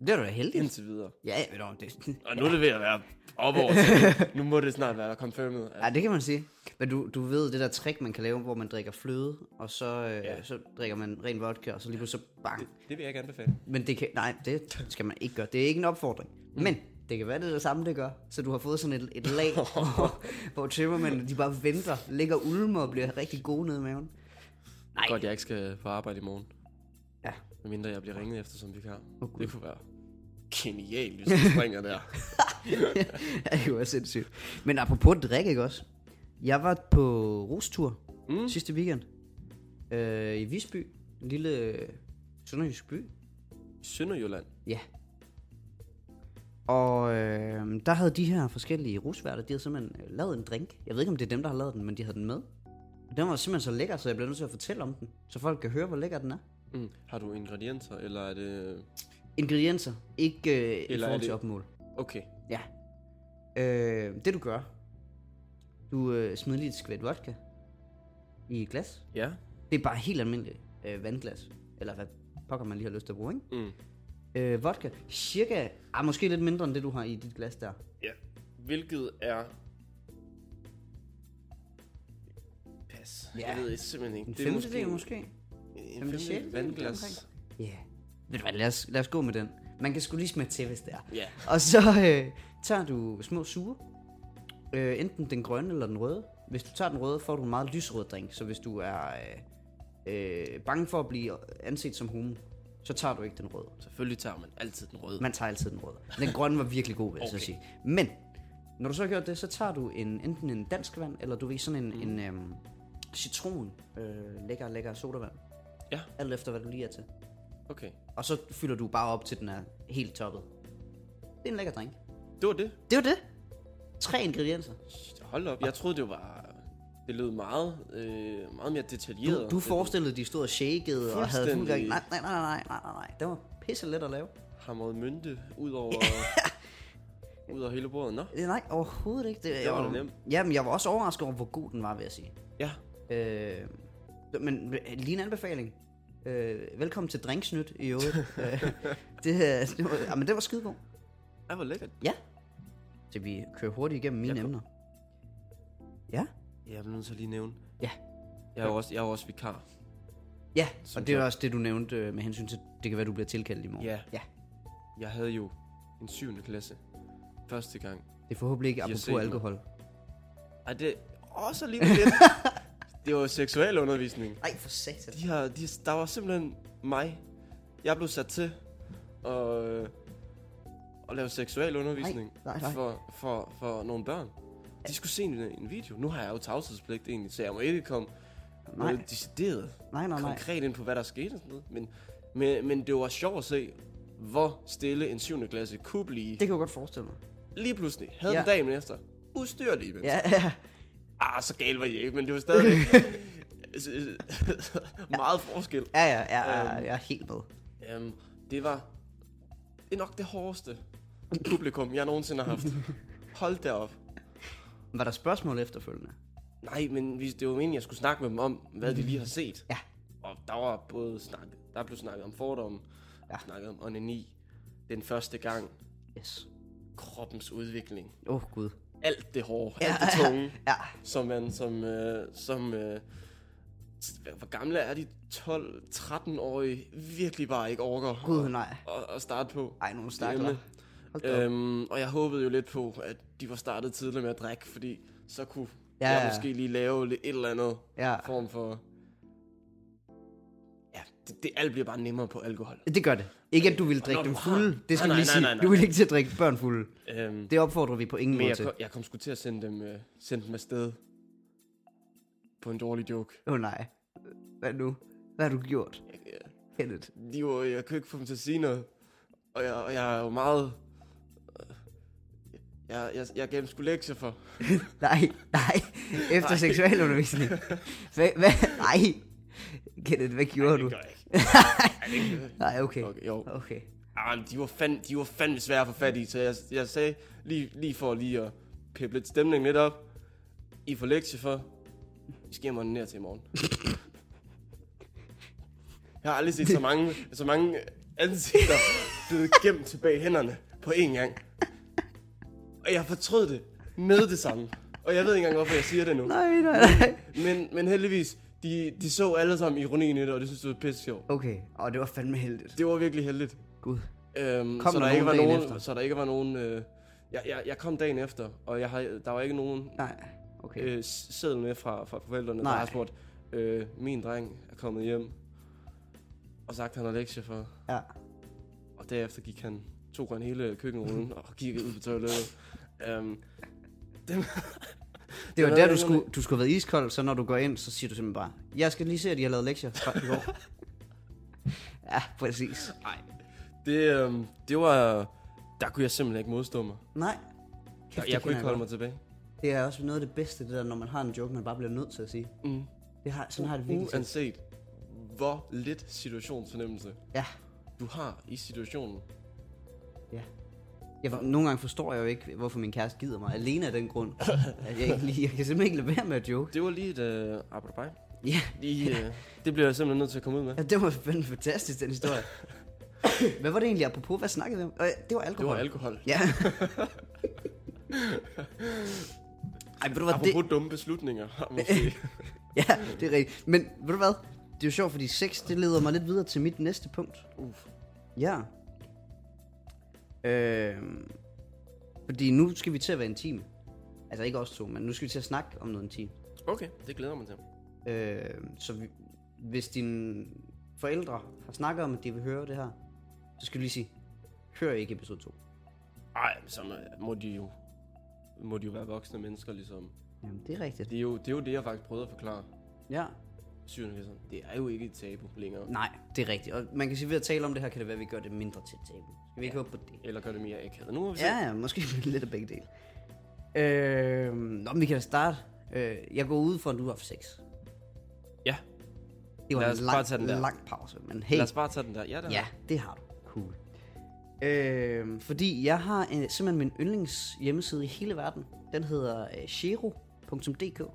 Det er du da heldig. indtil videre. Ja, ja, dog, det, Og nu er det ved at være op over til. Nu må det snart være confirmed. ja, det kan man sige. Men du, du ved det der trick, man kan lave, hvor man drikker fløde, og så, øh, Ja. ja. så drikker man ren vodka, og så lige pludselig så bang, Det vil jeg ikke anbefale. Men det kan, nej, det skal man ikke gøre. Det er ikke en opfordring. Mm. Men det kan være, det er det samme, det gør. Så du har fået sådan et, et lag, hvor, hvor tømmermændene, de bare venter, ligger og ulmer og bliver rigtig gode nede i maven. Nej. Godt, jeg ikke skal på arbejde i morgen. Ja. Medmindre jeg bliver ringet efter som vikar. Åh, Gud. Det kunne være genialt, hvis jeg springer der. Ja, det var sindssygt. Men apropos drik, ikke også? Jeg var på rustur mm. sidste weekend. øh, i Visby, en lille øh, sønderjysk by. Sønderjylland. Ja. Og øh, der havde de her forskellige rusværter, de havde simpelthen øh, lavet en drink. Jeg ved ikke, om det er dem, der har lavet den, men de havde den med. Og Den var simpelthen så lækker, så jeg blev nødt til at fortælle om den, så folk kan høre, hvor lækker den er. Mm. Har du ingredienser, eller er det... Ingredienser, ikke øh, i Eller er forhold til det- opmål. Okay. Ja. Øh, det du gør, du øh, smider lige et skvæt vodka i et glas. Ja. Det er bare helt almindeligt øh, vandglas, eller hvad pokker man lige har lyst til at bruge, ikke? Mm. Øh, vodka, cirka, ah, måske lidt mindre end det, du har i dit glas der. Ja. Hvilket er... Pas. Ja. Ja. Jeg ved ikke, simpelthen ikke. En femtedel måske? En Femte, femtedel sjette, vandglas. deromkring. Ja. Yeah. Ved du hvad, lad os, lad os gå med den. Man kan sgu lige smage til, hvis det er. Ja. Og så øh, tager du små sure. Øh, enten den grønne eller den røde. Hvis du tager den røde, får du en meget lysrød drink. Så hvis du er øh, øh, bange for at blive anset som homo, så tager du ikke den røde. Selvfølgelig tager man altid den røde. Man tager altid den røde. Den grønne var virkelig god, vil jeg okay. Okay. så sige. Men, når du så har gjort det, så tager du en, enten en dansk vand, eller du ved, sådan en, mm. en øhm, citron, øh, lækker, lækker sodavand. Ja. Alt efter, hvad du lige er til. Okay. Og så fylder du bare op til den er helt toppet. Det er en lækker drink. Det var det. Det var det. Tre ingredienser. Hold op. Jeg troede, det var... Det lød meget, øh, meget mere detaljeret. Du, du forestillede, de stod og shakede og havde fuld gang. Fuldstændig. Nej, nej, nej, nej, nej, nej, nej. Det var pisse let at lave. Hamret mynte ud over... ud over hele bordet. Nå. Øh, Nej, overhovedet ikke. Det, Det var jeg, da nemt. Jamen, jeg var også overrasket over, hvor god den var, vil jeg sige. Ja. Øh, men øh, lige en anbefaling. Øh, velkommen til Drinksnyt i øvrigt. Øh, det, øh, det, var, jamen, det var skidegod. Ej, hvor lækkert. Ja. Så vi kører hurtigt igennem mine Jeg kom- emner. Ja. Jeg bliver nødt til at lige nævne. Ja. Jeg er jo også, jeg er jo også vikar. Ja, Som og det er så- også det, du nævnte øh, med hensyn til, det kan være, du bliver tilkaldt i morgen. Ja. ja. Jeg havde jo en 7. klasse første gang. Det er forhåbentlig ikke har set apropos mig. alkohol. Ej, det er også lige lidt. det var seksuel undervisning. Nej, for satan. De har, de, der var simpelthen mig. Jeg blev sat til at, øh, at lave seksuel undervisning Nej, nej, nej. For, for, for nogle børn. De skulle se en, en video. Nu har jeg jo tavshedspligt egentlig, så jeg må ikke komme Nej. noget decideret Nej, nej, nej. konkret ind på, hvad der skete og sådan noget. Men, men, men det var sjovt at se, hvor stille en 7. klasse kunne blive. Det kan jeg godt forestille mig. Lige pludselig havde Ja. ja. den dagen efter. Ustyrlig, men. Ja, ja. Ah, så gal var jeg ikke, men det var stadig meget forskel. Ja, ja, ja, ja, jeg er helt med. Um, det var det er nok det hårdeste publikum, jeg nogensinde har haft. Hold da op. Var der spørgsmål efterfølgende? Nej, men vi- det var meningen, jeg skulle snakke med dem om, hvad de lige har set. Ja. Og der var både snak, der blev snakket om fordomme, Ja. ja. snakket om onani, den første gang, Yes. kroppens udvikling, Åh, oh, Gud. alt det hårde, ja, alt det tunge. Ja, som man som, øh, som øh, s- hvad- hvor gamle er de 12-13-årige virkelig bare ikke overgår gud nej. at, at, at starte på. Ej, nogle stakler. Emne. Hold da op. Øhm, og jeg håbede jo lidt på, at de var startet tidligt med at drikke, fordi så kunne Ja, ja, jeg ja. måske lige lave lidt- et eller andet Ja. form for... Ja, det, det alt bliver bare nemmere på alkohol. Det gør det. Ikke at du ville Og drikke når dem du har- fulde. Det skal Nej, nej, vi lige nej, sige. nej, nej. Du vil ikke til at drikke børn fulde. Øhm, Det opfordrer vi på ingen men måde jeg, til. kom- jeg kom sgu til at sende dem, øh, sende dem afsted på en dårlig joke. Åh oh, nej. Hvad nu? Hvad har du gjort, Jeg, jeg, Kenneth? de var, jeg kunne ikke få dem til at sige noget. Og jeg, og jeg er jo meget... øh, Jeg, jeg, jeg gav dem sgu lektier for. Nej, nej. Efter Nej. seksualundervisning. Hvad? hvad? Nej. Kenneth, hvad gjorde du? Det gør jeg ikke. Ej, det gør jeg ikke. Nej, okay. Okay, jo. Okay. Arh, Ah, de, var fand, de var fandme svære at få fat i, så jeg, jeg sagde lige, lige for lige at peppe lidt stemningen lidt op. I får lektier for. I skal hjem og ned til i morgen. Jeg har aldrig set så mange, så mange ansigter blevet gemt tilbage i hænderne på én gang. Og jeg fortrød det med det samme. Og jeg ved ikke engang, hvorfor jeg siger det nu. Nej, nej, nej. Men, men heldigvis, de, de så alle sammen ironien i det, og det synes jeg var pisse sjovt. Okay, og det var fandme heldigt. Det var virkelig heldigt. Gud. Øhm, Kom så, der der ikke var nogen dagen nogen, efter? så der ikke var nogen... Øh, jeg, jeg, jeg kom dagen efter, og jeg har, der var ikke nogen Nej, Ah, okay. øh, s- seddel med fra, fra forældrene, Nej. der har spurgt, øh, min dreng er kommet hjem, og sagt, han har lektier for. Ja. Og derefter gik han, tog han hele køkkenrullen og kiggede ud på toilettet. Øhm, dem, Den Det var er der, du rimelig. skulle, du skulle have været iskold, så når du går ind, så siger du simpelthen bare, jeg skal lige se, at de har lavet lektier fra i går. ja, præcis. Nej. Det, øhm, det var... Der kunne jeg simpelthen ikke modstå mig. Nej. Jeg, det jeg kunne kender ikke holde godt. mig tilbage. Det er også noget af det bedste, det der, når man har en joke, man bare bliver nødt til at sige. Mm. Det har, sådan har jeg det virkelig. til. Uanset hvor lidt situationsfornemmelse Ja. du har i situationen. Jeg, nogle gange forstår jeg jo ikke, hvorfor min kæreste gider mig. Alene af den grund, at jeg, ikke lige, jeg kan simpelthen ikke lade være med at joke. Det var lige et øh, apropos. Ja, Lige, øh, det bliver jeg simpelthen nødt til at komme ud med. ja det var fandme fantastisk, den historie. Hvad var det egentlig apropos? Hvad snakkede vi om? Øh, Det var Det alkohol. var alkohol. Ja. Ej, ved du hvad, Apropos det, det... dumme beslutninger. måske. ja, det er rigtigt. Men ved du hvad, det er jo sjovt, fordi sex, det leder mig lidt videre til mit næste punkt. Uf. Ja. Øh, fordi nu skal vi til at være intime. Altså ikke os to, men nu skal vi til at snakke om noget intimt. Okay, det glæder jeg mig til. Øh, så vi, hvis dine forældre har snakket om, at de vil høre det her, så skal du lige sige, hør ikke episode 2. Ej, så må- må de jo må de jo være voksne mennesker, ligesom. Jamen, det er rigtigt. Det er jo det, er jo det jeg faktisk prøvede at forklare. Ja. Syvende Det er jo ikke et tabu længere. Nej, det er rigtigt. Og man kan sige, at ved at tale om det her, kan det være, at vi gør det mindre til et tabu. Skal vi ikke håbe på det? Eller gør det mere akavet. Nu må vi se. Ja, ja, måske lidt af begge dele. Øh, nå, men vi kan da starte. Øh, jeg går ud for, at du har haft sex. ja. Det var Lad en os bare lang, tage den der. lang pause, men hey. Lad os bare tage den der. Ja, der Ja, det har du. Cool. Øh, fordi jeg har øh, simpelthen min yndlings hjemmeside i hele verden. Den hedder øh, shero.dk. Det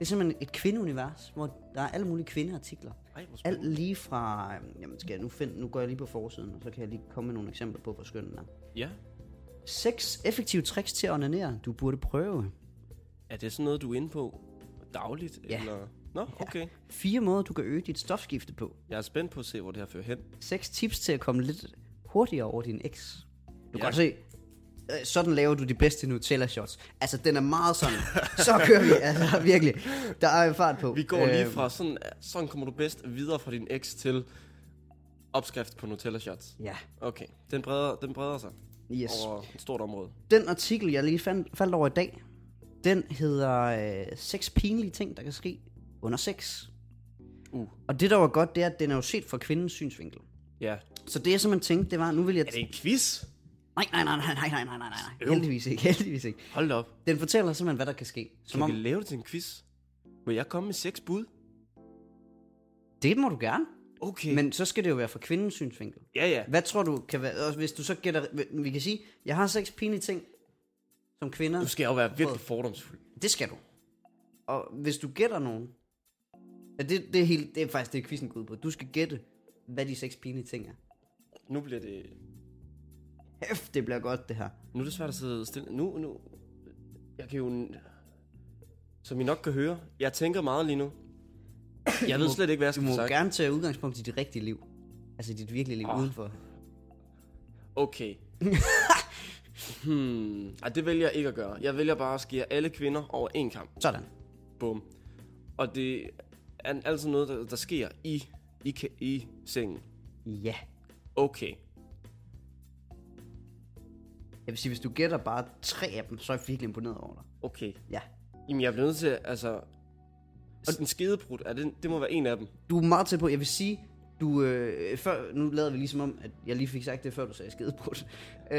er simpelthen et kvindeunivers, hvor der er alle mulige kvindeartikler. Ej, hvor spændende. Alt lige fra... øh, Jamen skal jeg nu finde... Nu går jeg lige på forsiden, og så kan jeg lige komme med nogle eksempler på, hvor skøn den er. Ja. Seks effektive tricks til at onanere, du burde prøve. Er det sådan noget, du er inde på dagligt? Ja. Eller? Nå, okay. Fire måder, du kan øge dit stofskifte på. Jeg er spændt på at se, hvor det her fører hen. Seks tips til at komme lidt hurtigere over din eks. Du kan Ja. godt se, øh, sådan laver du de bedste Nutella shots. Altså, den er meget sådan. Så kører vi, altså virkelig. Der er fart på. Vi går lige Øhm, fra sådan, sådan kommer du bedst videre fra din eks til opskrift på Nutella Shots. Øh, Ja, Okay, den breder, den breder sig yes. over et stort område. Den artikel, jeg lige fandt, faldt over i dag, den hedder øh, seks pinlige ting, der kan ske under sex. Uh. Og det, der var godt, det er, at den er jo set fra kvindens synsvinkel. Ja. Så det, jeg simpelthen tænkte, det var, nu vil jeg... Er det en quiz? Nej, nej, nej, nej, nej, nej, nej, nej, nej. Heldigvis ikke, heldigvis ikke. Hold da op. Den fortæller simpelthen, hvad der kan ske. Som Kan vi om, lave det til en quiz? Vil jeg komme med seks bud? det må du gerne. Okay. Men... Men så skal det jo være fra kvindens synsvinkel. Ja, ja. Hvad tror du kan være... Også hvis du så gætter... Vi kan sige, jeg har seks pinlige ting som kvinder. Du skal jo være virkelig fordomsfuld. Det skal du. Og hvis du gætter nogen... Ja, det, det, er helt, det er faktisk det, quizzen går ud på. Du skal gætte, hvad de seks pinlige ting er. Nu bliver det... Hæft, det bliver godt, det her. Nu er det svært at sidde stille. Nu, nu... Jeg kan jo... Som I nok kan høre, jeg tænker meget lige nu. Jeg ved slet ikke, hvad jeg Du skal må få sagt. gerne tage udgangspunkt i dit rigtige liv. Altså dit virkelige liv Åh. oh. udenfor. Okay. hmm. Ej, det vælger jeg ikke at gøre. Jeg vælger bare at skære alle kvinder over en kamp. Sådan. Bum. Og det er altid noget, der, der sker i, i, ka- i sengen. Ja. Okay. Jeg vil sige, hvis du gætter bare tre af dem, så er jeg virkelig imponeret over dig. Okay. Ja. Jamen, jeg bliver nødt til, altså... Og den skidebrud, er det, det må være en af dem. Du er meget tæt på. Jeg vil sige, du... Øh, før, nu lader vi ligesom om, at jeg lige fik sagt det, før du sagde skidebrudt. Øh,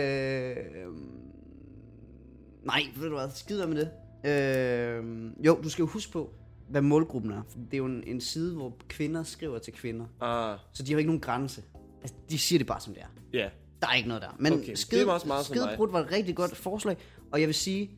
nej, ved du hvad? Skid være med det. Øh, jo, du skal jo huske på, hvad målgruppen er. For Det er jo en, en side, hvor kvinder skriver til kvinder. Ah, Så de har jo ikke nogen grænse. Altså, de siger det bare, som det er. ja. Der er ikke noget der. Men Okay, okay, skid, det var også meget som mig. skidebrudt var et rigtig godt forslag. Og jeg vil sige,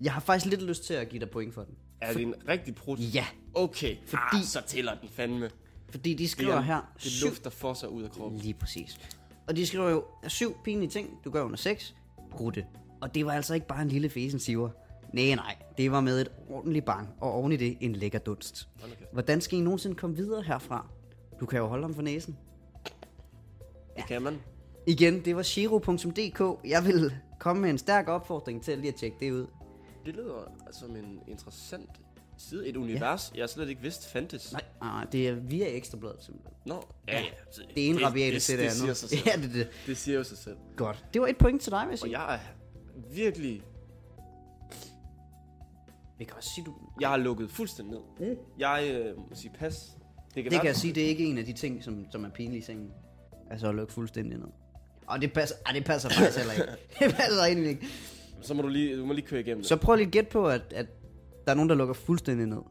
jeg har faktisk lidt lyst til at give dig point for den. Er det en rigtig brud? Ja, Okay. Fordi... Fordi- Ah, så tæller den fandme. fordi de skriver her... Det syv- lufter for sig ud af kroppen. Lige præcis. Og de skriver jo, at syv pinlige ting, du gør under sex, brutte. Og det var altså ikke bare en lille fesen siver. Nej, nej, det var med et ordentligt bang, og oven i det en lækker dunst. Hold da kæft. Hvordan skal I nogensinde komme videre herfra? Du kan jo holde ham for næsen. Det kan man. Igen, det var shiro.dk. Jeg vil komme med en stærk opfordring til lige at tjekke det ud. Det lyder som en interessant side. Et univers, jeg slet ikke vidste fandtes. Nej, nej, det er via ekstrabladet simpelthen. Nå, ja, ja. Det ene rabiate til det, det siger sig selv. andet. Ja, det, er det. Det siger jo sig selv. Godt. Det var et point til dig, vil jeg Og sige. jeg er virkelig Vi kan også sige, du... Jeg har lukket fuldstændig ned. Mm. Jeg øh, må sige pas. Det kan, Det være, kan jeg sige, det er ikke en af de ting, som, som er pinlige i sengen. Altså at lukke fuldstændig ned. Og det passer, ej, det passer faktisk heller ikke. Det passer egentlig ikke. Så må du lige, du må lige køre igennem det. Så prøv lige at gætte på, at, at der er nogen, der lukker fuldstændig ned.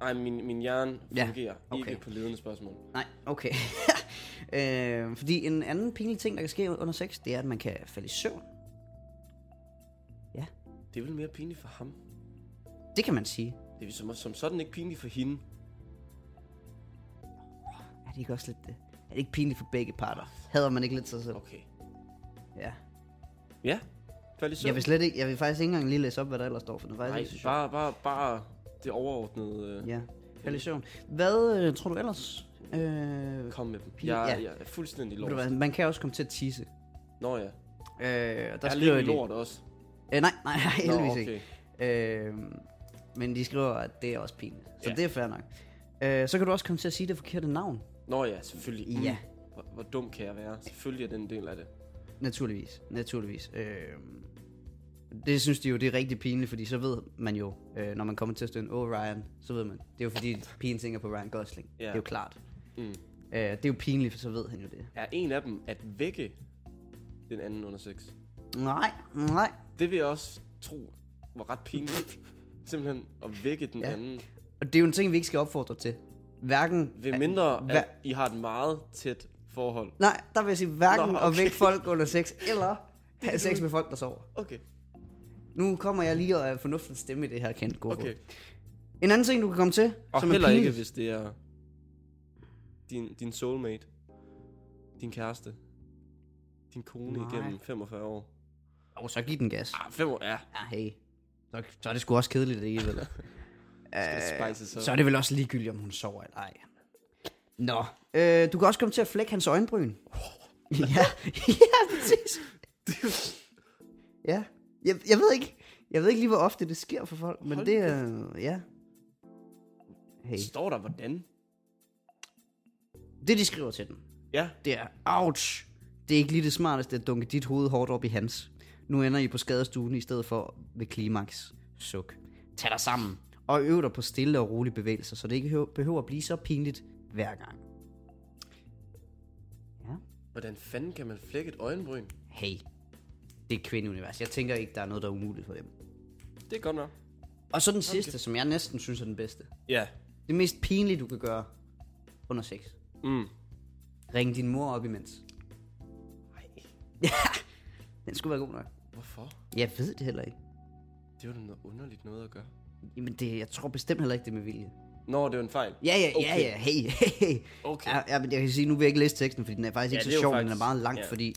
Ej, min, min hjerne Ja, fungerer okay. ikke på ledende spørgsmål. Nej, okay. øh, fordi en anden pinlig ting, der kan ske under sex, det er, at man kan falde i søvn. Ja, Det er vel mere pinligt for ham. det kan man sige. Det er jo som, som sådan ikke pinligt for hende. Er det ikke også lidt... øh, Er det ikke pinligt for begge parter? Hader man ikke lidt sig selv? Okay. Ja. Ja, fald i søvn. Jeg vil, slet ikke, jeg vil faktisk ikke engang lige læse op, hvad der ellers står, for den er faktisk Nej, ikke så sjov. bare, bare, bare det overordnede. Øh, Ja, fald i søvn. Hvad øh, tror du ellers? Øh, ved Kom med dem. Pin- Jeg, ja. jeg er fuldstændig lort. du hvad, man kan også komme til at tisse. Nå ja. Øh, og der Der jeg er skriver lidt de... lort også. Øh, nej, nej, heldigvis okay. ikke. Øh, men de skriver, at det er også pinligt. Så Ja. det er fair nok. Øh, så kan du også komme til at sige det forkerte navn, Nå ja, selvfølgelig. Ja. Mm. Hvor, hvor dum kan jeg være? Selvfølgelig er den en del af det. naturligvis. Naturligvis. Øh, det synes de jo, det er rigtig pinligt, fordi så ved man jo, øh, når man kommer til at støtte, åh oh, Ryan, så ved man. Det er jo fordi, pigen tænker på Ryan Gosling. Ja. Det er jo klart. Mm. Øh, det er jo pinligt, for så ved han jo det. Er en af dem at vække den anden under sex? Nej, nej, Det vil jeg også tro var ret pinligt. Simpelthen at vække den Ja. ja. anden. Og det er jo en ting, vi ikke skal opfordre til. Hverken... Ved mindre, hver- at I har et meget tæt forhold. Nej, der vil jeg sige, hverken Nå, Nå, okay. okay. at vække folk under sex, eller have sex med folk, der sover. Okay, Nu kommer jeg lige og er fornuftens stemme i det her kendt gode okay. råd. En anden ting, du kan komme til, Og som heller er ikke, pinligt. hvis det er din, din soulmate, din kæreste, din kone Nej. Nej. igennem 45 år. Åh, så giv den gas. Ah, 5 år, ja. Ja, hey. Så, så er det sgu også kedeligt alligevel. Øh, Skal spices op. så er det vel også ligegyldigt, om hun sover eller ej. Nå. Øh, du kan også komme til at flække hans øjenbryn. ja, ja, præcis. ja. Jeg, jeg, ved ikke, jeg ved ikke lige, hvor ofte det sker for folk, men Hold det er... Ja. Hey. Står der hvordan? Det, de skriver til den, Ja, det er, ouch, det er ikke lige det smarteste at dunke dit hoved hårdt op i hans. Nu ender I på skadestuen i stedet for ved klimaks. Suk. Tag dig sammen, og øv dig på stille og rolige bevægelser, så det ikke hø- behøver at blive så pinligt hver gang. Ja. hvordan fanden kan man flække et øjenbryn? Hey, det er et kvindeunivers. Jeg tænker ikke, der er noget, der er umuligt for dem. Det er godt nok. Og så den sidste, som jeg næsten synes er den bedste. Ja. Det mest pinlige, du kan gøre under sex. Mm. Ring din mor op imens. Ej, Den skulle være god nok. hvorfor? Jeg ved det heller ikke. Det var da noget underligt noget at gøre. Jamen, det, jeg tror bestemt heller ikke, det er med vilje. Nå, det var en fejl. Ja, ja, okay. ja, Okay. ja, hey, hey. Okay. Ja, ja, men jeg kan sige, nu vil jeg ikke læse teksten, fordi den er faktisk Ja, ikke det er jo så sjov, men faktisk- den er meget lang, ja. fordi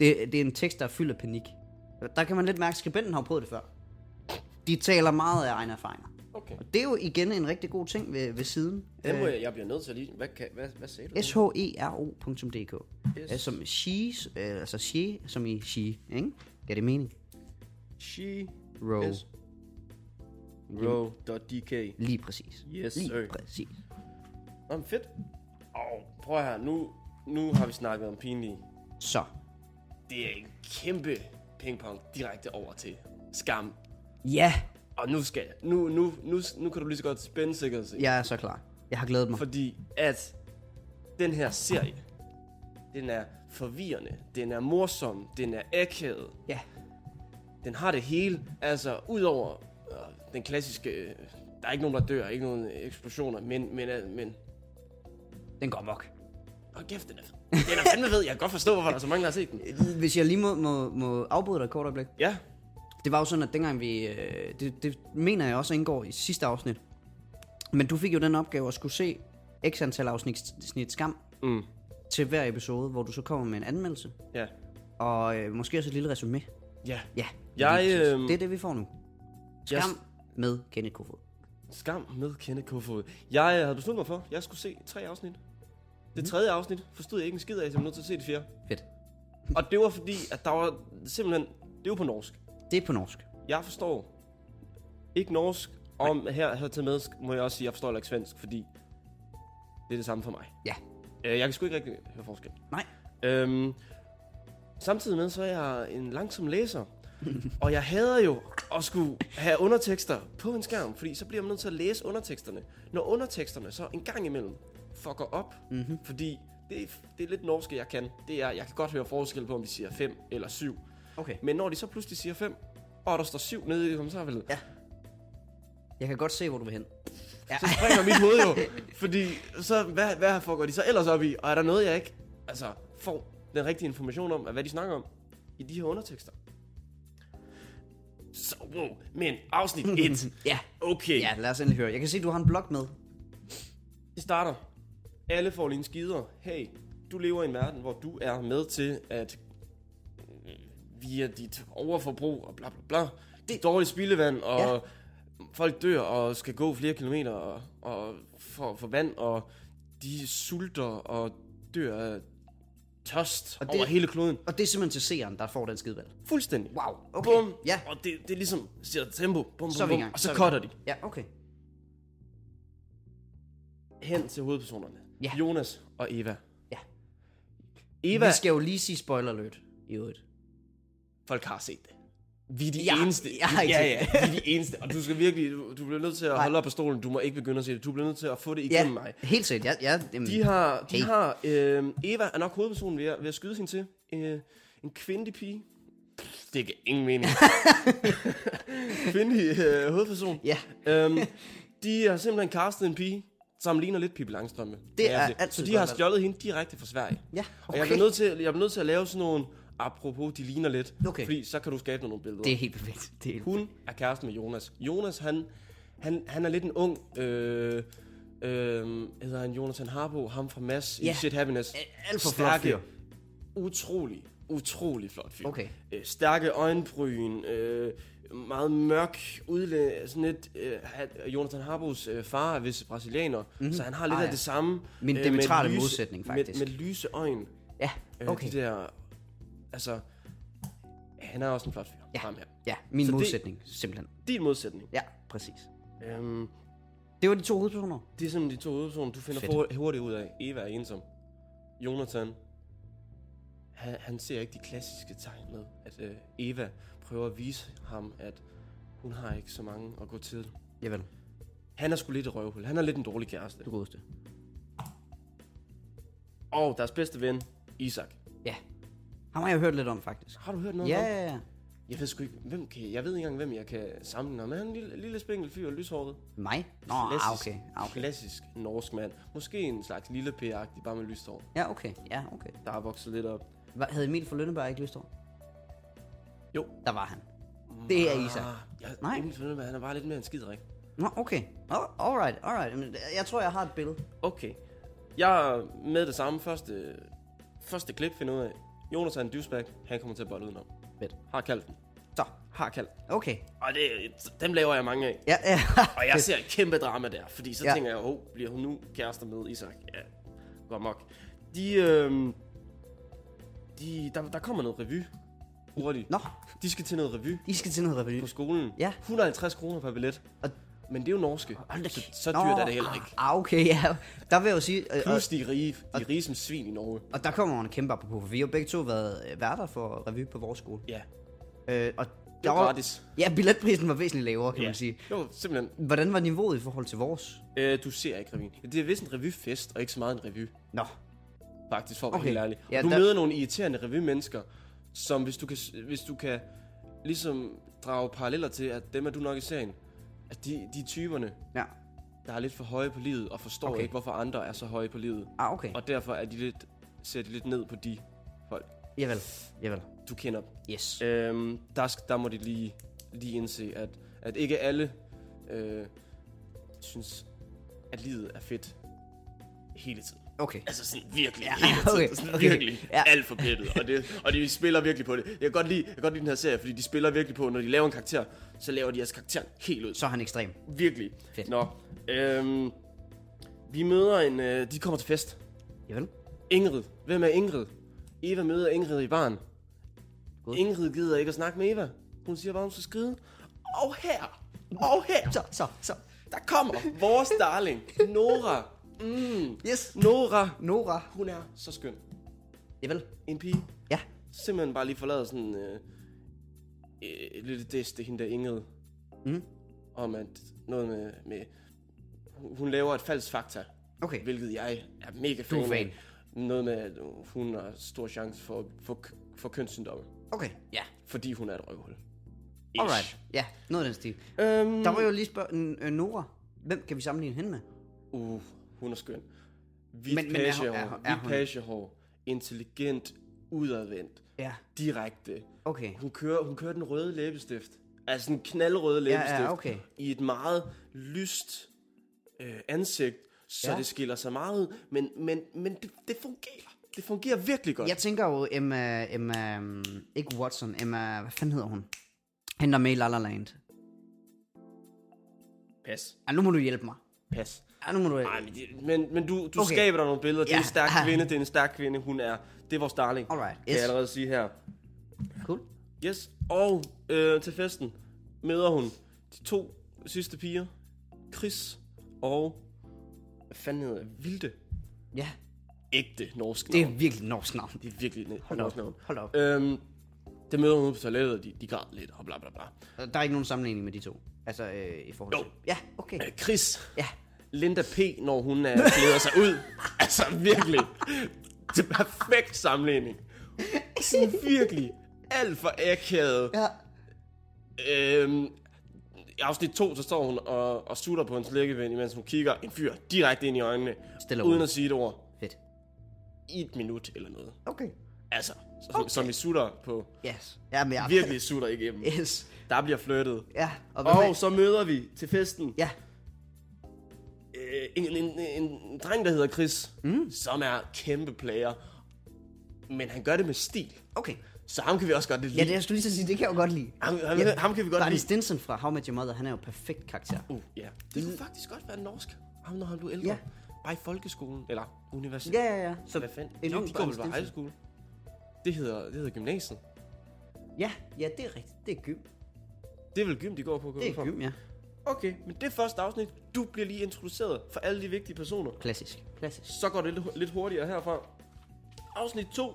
det, det er en tekst, der er fyldt af panik. Der kan man lidt mærke, at skribenten har jo prøvet det før. De taler meget af egne erfaringer. Okay. Øh. Og det er jo igen en rigtig god ting ved, ved siden. Øh, Det må jeg, jeg bliver nødt til at lige... Hvad, kan, hvad, hvad sagde du? E shero.dk Yes. yes. Som she's, øh, altså she, som i she, ikke? Gav det mening? She... Row. Yes. Row.dk Lige præcis. Yes, Lige sir. præcis. Nå, men fedt. Og prøv her, nu, nu har vi snakket om pinlige. Så. Det er en kæmpe pingpong direkte over til skam. Ja, Og nu skal nu, nu, nu, nu kan du lige så godt spænde sikkerhed. Ja. jeg er så klar. Jeg har glædet mig. Fordi at den her serie, den er forvirrende, den er morsom, den er akavet, Ja. den har det hele. Altså, udover øh, den klassiske, øh, der er ikke nogen, der dør, ikke nogen eksplosioner, men, men, øh, men Den går mok. Hold kæft, den er fed. Den er fandme fed. Jeg kan godt forstå, hvorfor der er så mange, der har set den. Hvis jeg lige må, må, må afbryde dig et kort øjeblik. Ja. Det var jo sådan, at dengang vi... øh, Det, det mener jeg også indgår i sidste afsnit. Men du fik jo den opgave at skulle se x antal afsnit snit skam Mm. til hver episode, hvor du så kommer med en anmeldelse. Ja. Og øh, måske også et lille resume. Ja. Ja, Jeg, lige præcis. øhm, det er det, vi får nu. Jeg, Skam med Kenneth Kofod. skam med Kenneth Kofod. Jeg øh, havde besluttet mig for, at jeg skulle se tre afsnit. Det tredje afsnit forstod jeg ikke en skid af, så jeg var nødt til at se det fjerde. Fedt. Og det var fordi, at der var simpelthen... Det var på norsk. Det er på norsk. Jeg forstår ikke norsk. Om her, her til med, sk- må jeg også sige, at jeg forstår heller ikke svensk, fordi det er det samme for mig. Ja. Øh, Jeg kan sgu ikke rigtig høre forskel. Nej. Øhm, samtidig med, så er jeg en langsom læser. og jeg hader jo at skulle have undertekster på en skærm, fordi så bliver man nødt til at læse underteksterne. Når underteksterne så en gang imellem fucker op, mm-hmm. fordi det, er- det er lidt norske, jeg kan. Det er, jeg kan godt høre forskel på, om de siger 5 eller 7. Okay. Men når de så pludselig siger 5, og der står 7 nede i kommentarfeltet, Ja. Jeg kan godt se, hvor du vil hen. Ja. så springer mit hoved jo. Fordi så, hvad, hvad foregår de så ellers op i? Og er der noget, jeg ikke altså, får den rigtige information om, af hvad de snakker om i de her undertekster? Så, wow, men afsnit 1. Ja. Okay, ja, lad os endelig høre. Jeg kan se, du har en blog med. det starter. Alle får lige en skider. Hey, du lever i en verden, hvor du er med til at øh, via dit overforbrug og bla bla bla, det dårligt spildevand, og Ja. folk dør og skal gå flere kilometer og, og for, for vand, og de sulter og dør af tørst Og og det- det... over hele kloden. Og det er simpelthen til seeren, der får den skidvalg. Fuldstændig. Wow. Okay. Bum. Ja. Og det, det er ligesom siger tempo. Bum, bum, Så er vi i bum, gang. Og Så er så vi i cutter de Ja, okay. hen til hovedpersonerne. Ja. Jonas og Eva. Ja. Eva, Vi skal jo lige sige spoiler alert, i øvrigt. folk har set det. Vi er de Ja, eneste. jeg har ikke ja, set ja, vi er de eneste. Og du skal virkelig, du, du bliver nødt til at Nej. holde op på stolen. Du må ikke begynde at se det. Du bliver nødt til at få det igennem mig. helt sikkert. Ja, ja, jamen, De har, de Hey. har øh, Eva er nok hovedpersonen ved at, ved at skyde hende til. Øh, en kvindelig pige. Pff, Det giver ingen mening. kvindelig øh, hovedperson. ja øhm, de har simpelthen castet en pige, som ligner lidt Pippi Langstrømpe. Det Kan jeg er sige. altid Så de godt har valgt. stjålet hende direkte fra Sverige. ja, Og jeg okay. bliver nødt til, jeg bliver nødt til at lave sådan nogle, apropos, de ligner lidt. Okay. Fordi så kan du skabe nogle billeder. Det er helt perfekt. Det er helt... Hun er kæresten med Jonas. Jonas, han, han, han er lidt en ung... Øh, øh, hedder han Jonathan Harbo, ham fra Mass Ja. i Shit Happiness. Øh, alt for flot fyr. Utrolig, utrolig flot fyr. Okay. Øh, stærke øjenbryn, øh, meget mørk udlæ... Sådan lidt... Øh, han- Jonathan Harbos øh, far er vist brasilianer, mm-hmm. så han har lidt Ah, ah, af ja. det samme. Min med diametrale lyse- modsætning, faktisk. Med, med lyse øjne. Ja, Øh, okay. okay. De der... Altså... Han er også en flot fyr. Ja. Ham her. Ja, min Så det- modsætning, simpelthen. Din modsætning. Ja, præcis. Øhm, Det var de to hovedpersoner. det er sådan de to hovedpersoner, du finder Fedt. Fedt. hurtigt ud af. Eva er ensom. Jonathan, han, han ser ikke de klassiske tegn med, at øh, Eva prøver at vise ham, at hun har ikke så mange at gå til. Javel, Han er sgu lidt et røvhul. Han er lidt en dårlig kæreste. du godeste. Og deres bedste ven, Isak. Ja. Ham har jeg hørt lidt om, faktisk. Har du hørt noget Ja, om? ham? ja, ja. Jeg ved sgu ikke, hvem kan, jeg ved ikke engang, hvem jeg kan sammenligne ham med. Han er en lille, lille spinkel fyr, lyshåret. Mig? Nå, ah, Klassisk- okay. Ah, okay. Klassisk norsk mand. Måske en slags lille p-agtig, bare med lyst hår. Ja, okay. Ja, okay. Der er vokset lidt op. Hvad, havde Emil fra Lønneberg ikke lyst over? Jo. Der var han. Det er Isak. Ah, jeg, Nej. Nej. Emil Fønneberg, han er bare lidt mere en skiderik. Nå, okay. Oh, alright, alright. Jamen, Jeg tror, jeg har et billede. Okay. Jeg er med det samme første, første klip finder ud af. Jonas er en dysbag, han kommer til at bolle udenom. Fedt. Har kaldt den. Så, Har kaldt den. okay. Og det, dem laver jeg mange af. Ja, ja. Og jeg ser et kæmpe drama der, fordi så Ja. ja. tænker jeg, oh, bliver hun nu kærester med Isak? Ja, godt nok. De, øhm, de, der, der kommer noget revy hurtigt. Nå, De skal til noget revy I skal til noget revy. på skolen. Ja. 150 kroner per billet. Og- Men det er jo norske, Hold da så, kæft. så Nå, dyrt er det heller ikke. Ah, okay, ja. Der vil jeg jo sige, øh, og, Plus de er rige, de er rige som svin i Norge. og der kommer en kæmpe apropos, for vi har jo begge to været øh, værter for revy på vores skole. Ja, Øh, og det var gratis. Ja, billetprisen var væsentligt lavere, kan Ja. man sige. Jo, simpelthen. Hvordan var niveauet i forhold til vores? Øh, du ser ikke revyen. Det er vist en revyfest, og ikke så meget en revy, Nå, faktisk, for at være Okay. helt ærlig. Ja, Ja, du der- møder nogle irriterende revymennesker, som hvis du kan, hvis du kan ligesom drage paralleller til, at dem er du nok i serien, at de, de er typerne, ja. der er lidt for høje på livet, og forstår Okay. okay. ikke, hvorfor andre er så høje på livet. Ah, okay. Og derfor er de lidt, ser de lidt ned på de folk, Javel, javel. du kender. Yes. Øhm, der, sk- der må de lige, lige indse, at, at ikke alle øh, synes, at livet er fedt hele tiden. Okay. Altså sådan virkelig Ja, ja, hele tiden. okay, Okay, sådan okay. virkelig Ja. ja. alt for pættet. Og, det, og de spiller virkelig på det. Jeg kan, godt lide, jeg kan godt lide den her serie, fordi de spiller virkelig på, når de laver en karakter, så laver de jeres karakter helt ud. Så er han ekstrem. Virkelig. Fedt. Nå, øhm, vi møder en... Øh, de kommer til fest. Javel. Ingrid. Hvem er Ingrid? Eva møder Ingrid i barn. God. Ingrid gider ikke at snakke med Eva. Hun siger bare, hun skal skride. Og her, og her, Så, så, så. der kommer vores darling, Nora. Mm. Yes. Nora, Nora. hun er så skøn. Javel. En pige, Ja. simpelthen bare lige forlader sådan øh, øh, et lille diss, det er hende der Ingrid, Mm. om at noget med, med hun hun laver et falsk fakta, Okay. hvilket jeg er mega Du fan, er fan. af. Noget med, at hun har stor chance for, for, for kønssygdomme, Okay, ja. fordi hun er et røvhul. Ish. Alright. Ja, noget af den stil. Øhm, Der var jo lige spørg... N- øh, Nora, hvem kan vi sammenligne hende med? Uh, hun er skøn. Hvidt Men- men, men er hun- pagehår, er hun- er hvidt hun- pagehår, intelligent, udadvendt, Ja, direkte. okay. Hun kører, hun kører den røde læbestift. Altså en knaldrøde læbestift. okay. I et meget lyst øh, ansigt, så Ja. ja. det skiller sig meget ud. Men, men, men det, det fungerer. Det fungerer virkelig godt. Jeg tænker jo Emma... Emma mm, ikke Watson, Emma... Hvad fanden hedder hun? Hende der er med i La La Land. Pas. Ej, nu må du hjælpe mig. Pas. Ej, nu må du... Ej, men, det, men, men du, du Øh, Okay. okay. skaber dig nogle billeder. Det Ja. er en stærk Ah. kvinde, det er en stærk kvinde. Hun er, det er vores darling. Alright, Kan yes. jeg allerede sige her. Cool. Yes, og øh, til festen møder hun de to sidste piger, Chris og, hvad fanden hedder det? Vilde. Ja, Ægte norsk det navn. er virkelig et norsk navn. Det er virkelig et Hold norsk op, navn. hold op. Øhm, det møder hun ude på toilettet, og de, de græd lidt, og bla bla bla. Der er ikke nogen sammenligning med de to. Altså, øh, i forhold Jo. til... Ja, okay. Øh, Chris, Ja, Linda P., når hun er, klæder sig ud. Altså virkelig. Det er perfekt sammenligning. Sådan virkelig alt for akavet. ja. Øhm, I afsnit 2, så står hun og, og sutter på en slikkeven, imens hun kigger en fyr direkte ind i øjnene, Stille og uden roligt. at sige et ord, Fedt. i et minut eller noget. Okay. Altså, som, okay. som vi sutter på. Yes. Ja, men jeg... Virkelig sutter igennem. Yes. Der bliver flyttet. Ja, og hvad med... Og så møder vi til festen Ja, øh, en, en, en, en dreng, der hedder Chris, mm. som er kæmpe player. Men han gør det med stil. okay. Så ham kan vi også godt lidt Ja, lide. det jeg skulle lige så sige, det kan jeg jo godt lide. Ham, ham, Ja. ham kan vi godt Barney lide. Stinson fra How I Met Your Mother, han er jo perfekt karakter. Uh, ja. Det kunne faktisk godt være norsk, ham når han blev ældre. Ja. Ja. Bare i folkeskolen, eller universitetet. Ja, ja, ja. Så Så hvad fanden? en En ung de går vel Barney bare high school? Det hedder, det hedder gymnasiet. Ja, ja, det er rigtigt. Det er gym. Det er vel gym, de går på? Det er gym, ja. Okay, men det første afsnit, du bliver lige introduceret for alle de vigtige personer. Klassisk. Klassisk. Så går det lidt, lidt hurtigere herfra. Afsnit 2,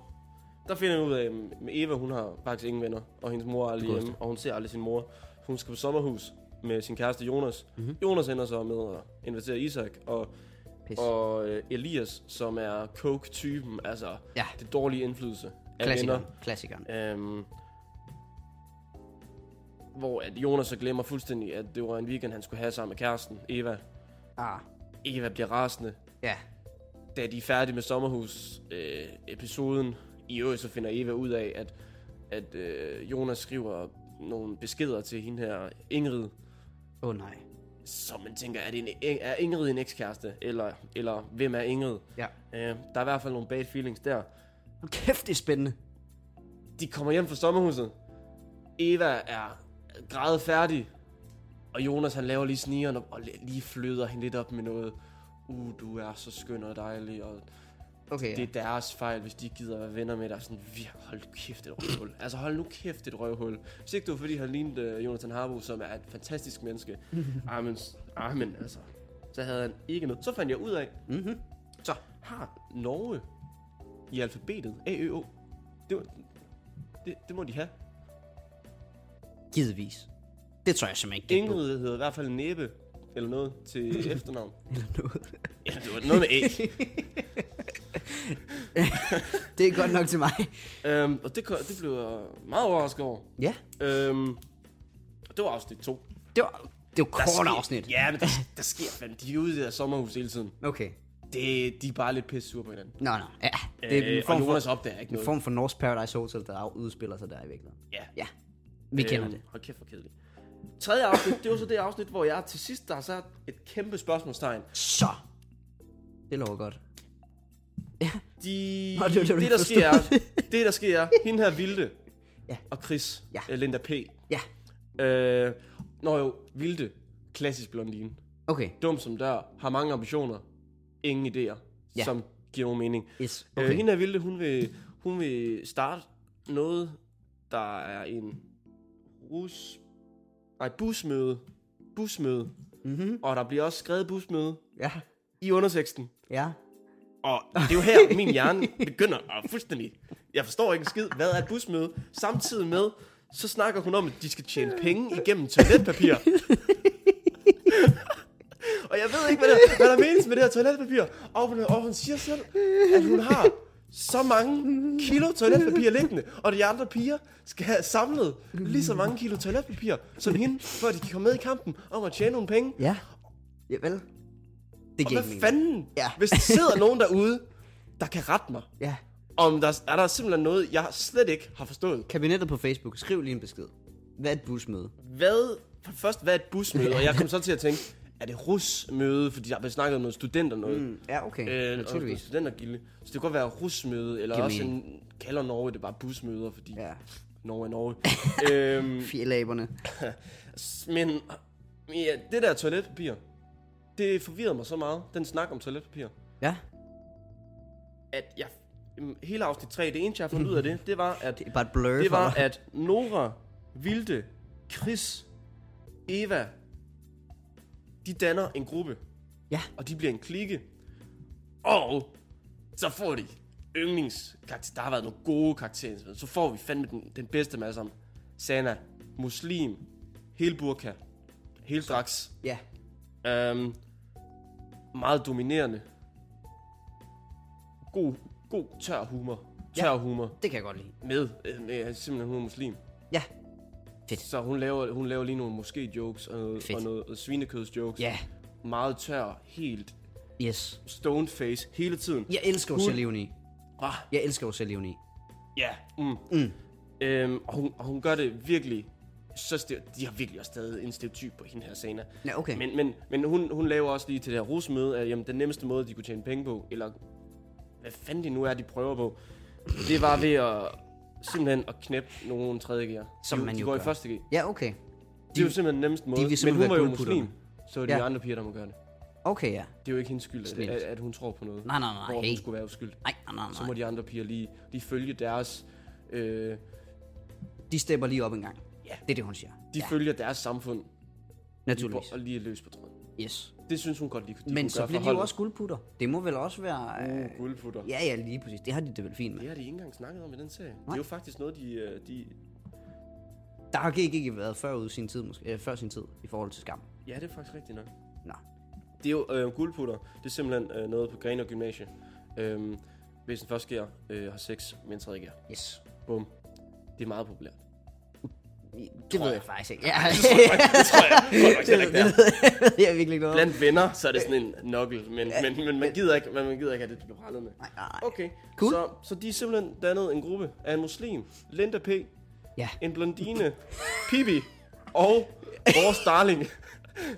der finder jeg ud af, mm, med Eva, hun har faktisk ingen venner, og hendes mor er aldrig Godeste. hjemme, og hun ser aldrig sin mor. Hun skal på sommerhus med sin kæreste Jonas. Mhm. Mm-hmm. Jonas ender så med at invitere Isak og, Pis. og øh, Elias, som er coke-typen, altså Ja. det dårlige indflydelse af venner. Klassikeren. Klassikeren. Øhm, hvor at Jonas så glemmer fuldstændig, at det var en weekend, han skulle have sammen med kæresten, Eva. Ah, Eva bliver rasende, ja. da de er færdige med sommerhus-episoden. I øvrigt så finder Eva ud af, at, at øh, Jonas skriver nogle beskeder til hende her, Ingrid. Åh oh, nej. Så man tænker, er, det en, er Ingrid en ekskæreste? Eller, eller hvem er Ingrid? Ja. Øh, der er i hvert fald nogle bad feelings der. Hold kæft, det er spændende. De kommer hjem fra sommerhuset. Eva er grædet færdig. Og Jonas han laver lige snigeren op og li- lige fløder hende lidt op med noget. Uh, du er så skøn og dejlig, og Okay, det ja. er deres fejl, hvis de ikke gider at være venner med dig. Sådan, "Vi- hold nu kæft, et røvhul. altså, hold nu kæft, et røvhul. Hvis ikke det var, fordi han lignede uh, Jonathan Harbo, som er et fantastisk menneske. Ah, Amen, amen, altså. Så havde han ikke noget. Så fandt jeg ud af, Mm-hmm. så har Norge i alfabetet A, Ø, O. Det, var- det, det må de have. Givetvis. Det tror jeg simpelthen ikke. gætte på. Ingrid hedder i hvert fald Næbe, eller noget, til efternavn. Eller noget. Ja, det var noget med æg. Det er godt nok til mig. øhm, og det, ko- det blev jeg meget overrasket over. Ja. Øhm, det var afsnit 2. Det var, det var kort sker- afsnit. Ja, men der, der sker fandme. De er ude i det der sommerhus hele tiden. Okay. Det, de er bare lidt pisse sure på hinanden. Nå, nå. Ja, det er Det en øh, og form for, Jonas opdager ikke en noget. form for Norse Paradise Hotel, der af- udspiller sig der i virkeligheden. Ja. Ja, vi kender Øhm, det. Hold kæft, hvor kedeligt. Tredje afsnit, det var så det afsnit, hvor jeg til sidst, der har sat et kæmpe spørgsmålstegn. Så! Det lover godt. De, Nå, det var det, du det, ikke der sker, er, forstod. det der sker, er, hende her Vilde Ja. og Chris, Ja. øh, Linda P. Ja, Øh, når jo, Vilde, klassisk blondine. okay. Dum som dør, har mange ambitioner, ingen idéer, Ja. som giver nogen mening. Yes, Okay. okay. Øh, hende her Vilde, hun vil, hun vil starte noget, der er en rus... Nej, busmøde. Busmøde. Mhm. Og der bliver også skrevet busmøde Ja, i underteksten. ja. Og det er jo her, min hjerne begynder at fuldstændig... Jeg forstår ikke en skid, hvad er et busmøde? Samtidig med, Så snakker hun om, at de skal tjene penge igennem toiletpapir. og jeg ved ikke, hvad der, hvad der menes med det her toiletpapir. Og hun, og hun siger selv, at hun har så mange kilo toiletpapir liggende, og de andre piger skal have samlet lige så mange kilo toiletpapir som hende, før de kan komme med i kampen om at tjene nogle penge. Ja. Ja, vel? Det Og giver ikke hvad mening. fanden, Ja. hvis der sidder nogen derude, der kan rette mig, Ja. om der er der simpelthen noget, jeg slet ikke har forstået. Kabinettet på Facebook, skriv lige en besked. Hvad er et busmøde? Hvad, for det første, hvad er et busmøde? Og jeg kom så til at tænke, er det rusmøde? Fordi der blev snakket om noget studenter noget. Mm, Ja, okay. øh, Naturligvis. Naturligvis. Studentergilde. Så det kunne godt være rusmøde, eller Giver også en, kalder Norge det bare busmøder, fordi Ja. ja. Norge er Norge. øhm, Fjelaberne. s- men ja, det der toiletpapir, det forvirrede mig så meget, den snak om toiletpapir, Ja. at jeg, jamen, hele afsnit 3, det eneste jeg har fundet ud af det, det var, at Det er bare et blur det for var, mig. at Nora, Vilde, Chris, Eva, de danner en gruppe, Ja. og de bliver en klikke. Og så får de yndlingskarakter. Der har været nogle gode karakterer. Så får vi fandme den, den bedste med alle sammen. Sana, muslim, hele burka, hele draks. Ja. Øhm, meget dominerende. God, god tør humor. Ja. Tør humor Det kan jeg godt lide. med, øh, med simpelthen hun er muslim. Ja. Så hun laver, hun laver lige nogle måske jokes og noget, Fedt. og noget svinekøds jokes. Ja. Meget tør, helt Yes. stone face hele tiden. Jeg elsker jo Hun- selv ironi. Ah, Jeg elsker jo selv ironi. ja. Mm. Mm. Øhm, og, hun, og hun gør det virkelig så stiv, de har virkelig også stadig en stereotyp på hende her senere. Ja, okay. Men, men, men hun, hun laver også lige til det her rusmøde, at jamen, den nemmeste måde, de kunne tjene penge på, eller hvad fanden det nu er, de prøver på, det var ved at simpelthen at knæppe nogle tredje gear. Som de, man de jo går i gør. første gear. Ja, okay. Det er jo simpelthen den nemmeste måde. vil Men simpelthen hun var være jo guldputterne. muslim, så er det de Ja. andre piger, der må gøre det. Okay, ja. Det er jo ikke hendes skyld, at, Snilt. at, at hun tror på noget. Nej, nej, nej, Hvor hey. hun skulle være uskyldig. Nej, nej, nej, Så må nej. de andre piger lige, lige følge deres... Øh, De stepper lige op en gang. Ja. Det er det, hun siger. de ja. følger deres samfund Naturligvis. og lige er løs på tråden. Yes. Det synes hun godt, de, de Men kunne så gøre bliver for de jo holdet. også guldputter. Det må vel også være... Øh, Uh, guldputter. ja, ja, lige præcis. Det har de det vel fint med. Det har de ikke engang snakket om i den serie. Det Nej. er jo faktisk noget, de... øh, de Der har ikke ikke været før ud i sin tid, måske, øh, før sin tid, i forhold til skam. ja, det er faktisk rigtigt nok. Nå. Det er jo øh, guldputter. Det er simpelthen øh, noget på Grenaa Gymnasie. Øh, hvis en første gear øh, har sex med en tredje gear. Yes. Bum. Det er meget populært. Det ved jeg faktisk ikke. Ja, det tror jeg, tror jeg faktisk heller ikke, det er. det er virkelig ikke noget. Blandt venner, så er det sådan en nokkel, men, men, men man, gider ikke, man, man gider ikke have det, bliver prallet med. Nej, nej. Okay, Cool. så, så de er simpelthen dannet en gruppe af en muslim, Linda P., Ja. en blondine, Pippi og vores darling,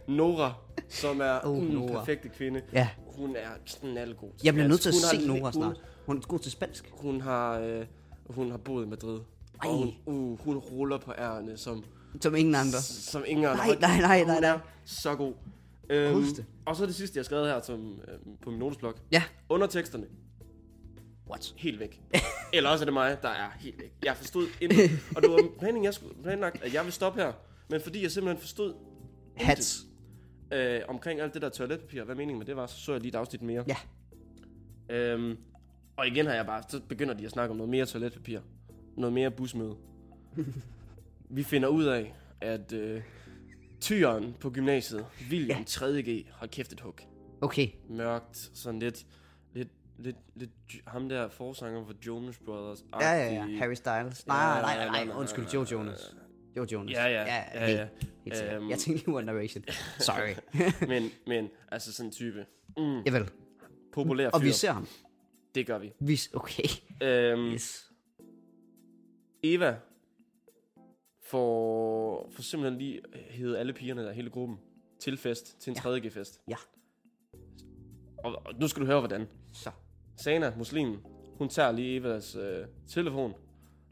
Nora, som er Oh, oh, den Nora. perfekte kvinde. Ja. Hun er knaldgod. til Jeg bliver nødt dansk. til at Hun har se le- Nora hun- snart. Hun er god til spansk. Hun har, øh, hun har boet i Madrid. Ej. Og hun, uh, hun ruller på ærerne som Som ingen andre. som ingen andre. Nej, nej, nej, nej, Hun nej. er så god. Øhm, Husk det. Og så det sidste, jeg har skrevet her som, øhm, på min notesblok. Ja. Underteksterne, What? helt væk. Eller også er det mig, der er helt væk. Jeg forstod intet. Og det var planen, jeg skulle, planlagt, at jeg ville stoppe her. Men fordi jeg simpelthen forstod Hats. øh, omkring alt det der toiletpapir, hvad meningen med det var, så så jeg lige et afsnit mere. Ja. Øhm, og igen har jeg bare, så begynder de at snakke om noget mere toiletpapir. Noget mere busmøde. Vi finder ud af, at øh, tyren på gymnasiet, William Ja. ja. 3.G, har kæft et hug. Okay. Mørkt, sådan lidt, lidt, lidt, lidt ham der forsanger for Jonas Brothers. Ja, ja, ja. Harry Styles. Nej, Ja, nej, nej, nej, nej, nej, nej. nej, Undskyld, nej, Joe nej, nej, Jonas. Joe Jonas. Ja, ja, ja, ja, ja. helt- helt sikkert. Øhm. Jeg tænkte lige One Direction. Sorry. Men, men, altså sådan en type. Javel. Populær fyr. Og vi ser ham. Det gør vi. Vi, okay. Øhm, Yes. Eva får, får simpelthen lige hedder alle pigerne der hele gruppen til fest, til en Ja. 3.G-fest. Ja. Og, og nu skal du høre, hvordan. Så. Sana, muslimen, hun tager lige Evas øh, telefon,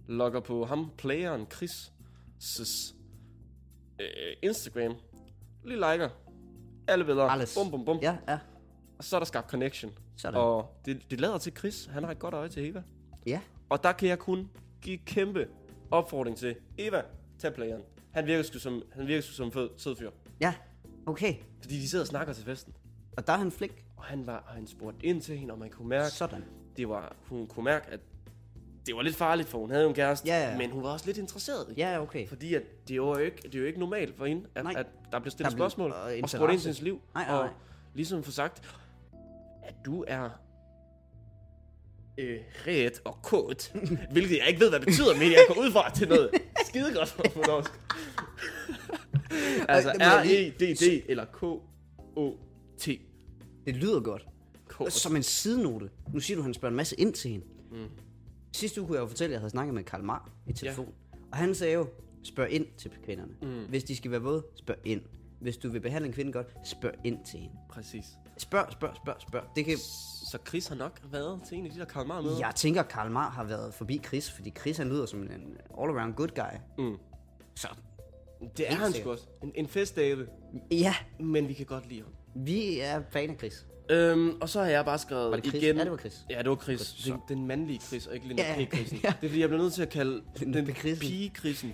logger på ham, playeren Chris' øh, Instagram, lige liker alle billeder. Alles. Bum, bum, bum. Ja, ja. Og så er der skabt connection. Sådan. Og det, det lader til Chris, han har et godt øje til Eva. Ja. Og der kan jeg kun give kæmpe opfordring til Eva, tag playeren. Han virker sgu som, han virker sgu som en fed, sød fyr. Ja. Okay. Fordi de sidder og snakker til festen. Og der er han flik. Og han, var, og han spurgte ind til hende, og man kunne mærke, Sådan. det var, hun kunne mærke, at det var lidt farligt, for hun havde jo en kæreste, Ja, ja, ja. men hun var også lidt interesseret. Ja, ja, okay. Fordi at det, var jo ikke, det er jo ikke normalt for hende, at, Nej. at der bliver stillet Der der blev- spørgsmål og og, og spurgt interesse. ind til hendes liv. Nej, nej, og nej. ligesom få sagt, at du er øh, red og kåt, hvilket jeg ikke ved, hvad det betyder, men jeg går ud fra til noget skidegodt for på norsk. altså Ej, det må jeg lige- R-E-D-D eller K-O-T. Det lyder godt. Kåt. Som en sidenote. Nu siger du, at han spørger en masse ind til hende. Mm. Sidste uge kunne jeg jo fortælle, at jeg havde snakket med Karl Mar i telefon. Ja. Og han sagde jo, spørg ind til kvinderne. Mm. Hvis de skal være våde, spørg ind. Hvis du vil behandle en kvinde godt, spørg ind til hende. Præcis. Spørg, spørg, spørg, spørg. Det kan... Så Chris har nok været til en af de der Karl Marr med. Jeg tænker, Karl Mar har været forbi Chris, fordi Chris han lyder som en all-around good guy. Mm. Så Det er Helt han sgu sikkert. også. En, en festdave, ja, men vi kan godt lide ham. vi er fan af Chris. Øhm, og så har jeg bare skrevet Var det Chris? igen. Ja, det var Chris. Ja, det var Chris. Godt, Det, den mandlige Chris, og ikke Linda Ja, ja. ja, P. Ja. Det er fordi, jeg bliver nødt til at kalde Linda den P. Christen. pige Chrisen,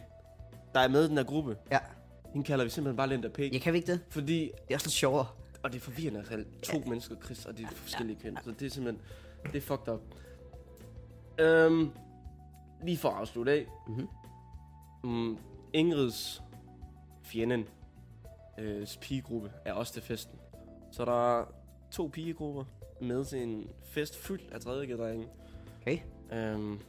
der er med i den her gruppe. Ja, Hende kalder vi simpelthen bare Linda P. jeg kan vi ikke det? Fordi, Det er også lidt sjovere. og det er forvirrende at kalde to ja. mennesker Chris, og de er forskellige kvinder. Så det er simpelthen, det er fucked up. Øhm, lige for at afslutte af. Mhm. Mm-hmm. Mm, Ingrids fjenden øh, pigegruppe er også til festen. Så der er to pigegrupper med til en fest fyldt af tredje drenge. Okay. Øhm,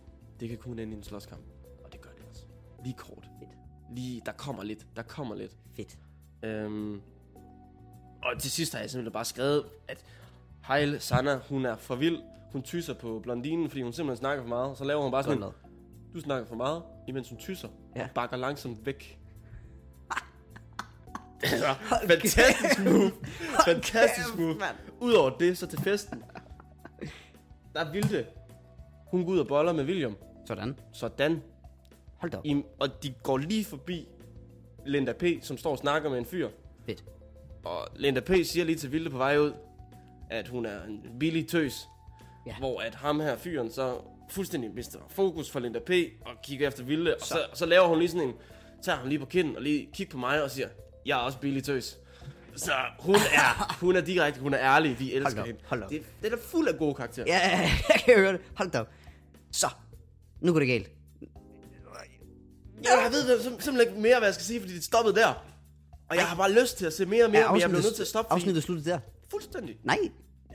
det kan kun ende i en slåskamp. Og det gør det også. Lige kort. Fedt. Lige, der kommer lidt. Der kommer lidt. Fedt. Øhm, og til sidst har jeg simpelthen bare skrevet, at Heil Sanna, hun er for vild. Hun tyser på blondinen, fordi hun simpelthen snakker for meget. Så laver hun bare sådan Godt en, lavet. du snakker for meget, imens hun tyser. Ja. Og bakker langsomt væk. Altså, fantastisk move. Fantastisk kæft, move. mand. Udover det, så til festen. Der ville det. Hun går ud og boller med William. Sådan. Sådan. Hold da op. I, og de går lige forbi Linda P., som står og snakker med en fyr. Fedt. Og Linda P. siger lige til Vilde på vej ud, at hun er en billig tøs. Ja. Ja. Hvor at ham her fyren så fuldstændig mister fokus for Linda P. og kigger efter Vilde. Og så, så laver hun lige sådan en, tager ham lige på kinden og lige kigger på mig og siger, jeg er også billig tøs. Så hun er, hun er direkte, hun er ærlig, vi elsker da op, hende. hold da op. Det, det er da fuld af gode karakterer. Ja, jeg kan høre det. Hold da op. Så, nu går det galt. Jeg ved det, sim- simpelthen ikke mere, hvad jeg skal sige, fordi det stoppede der. Og jeg har bare lyst til at se mere og mere, ja, men jeg blev nødt til at stoppe, fordi afsnittet sluttede der. fuldstændig, Nej,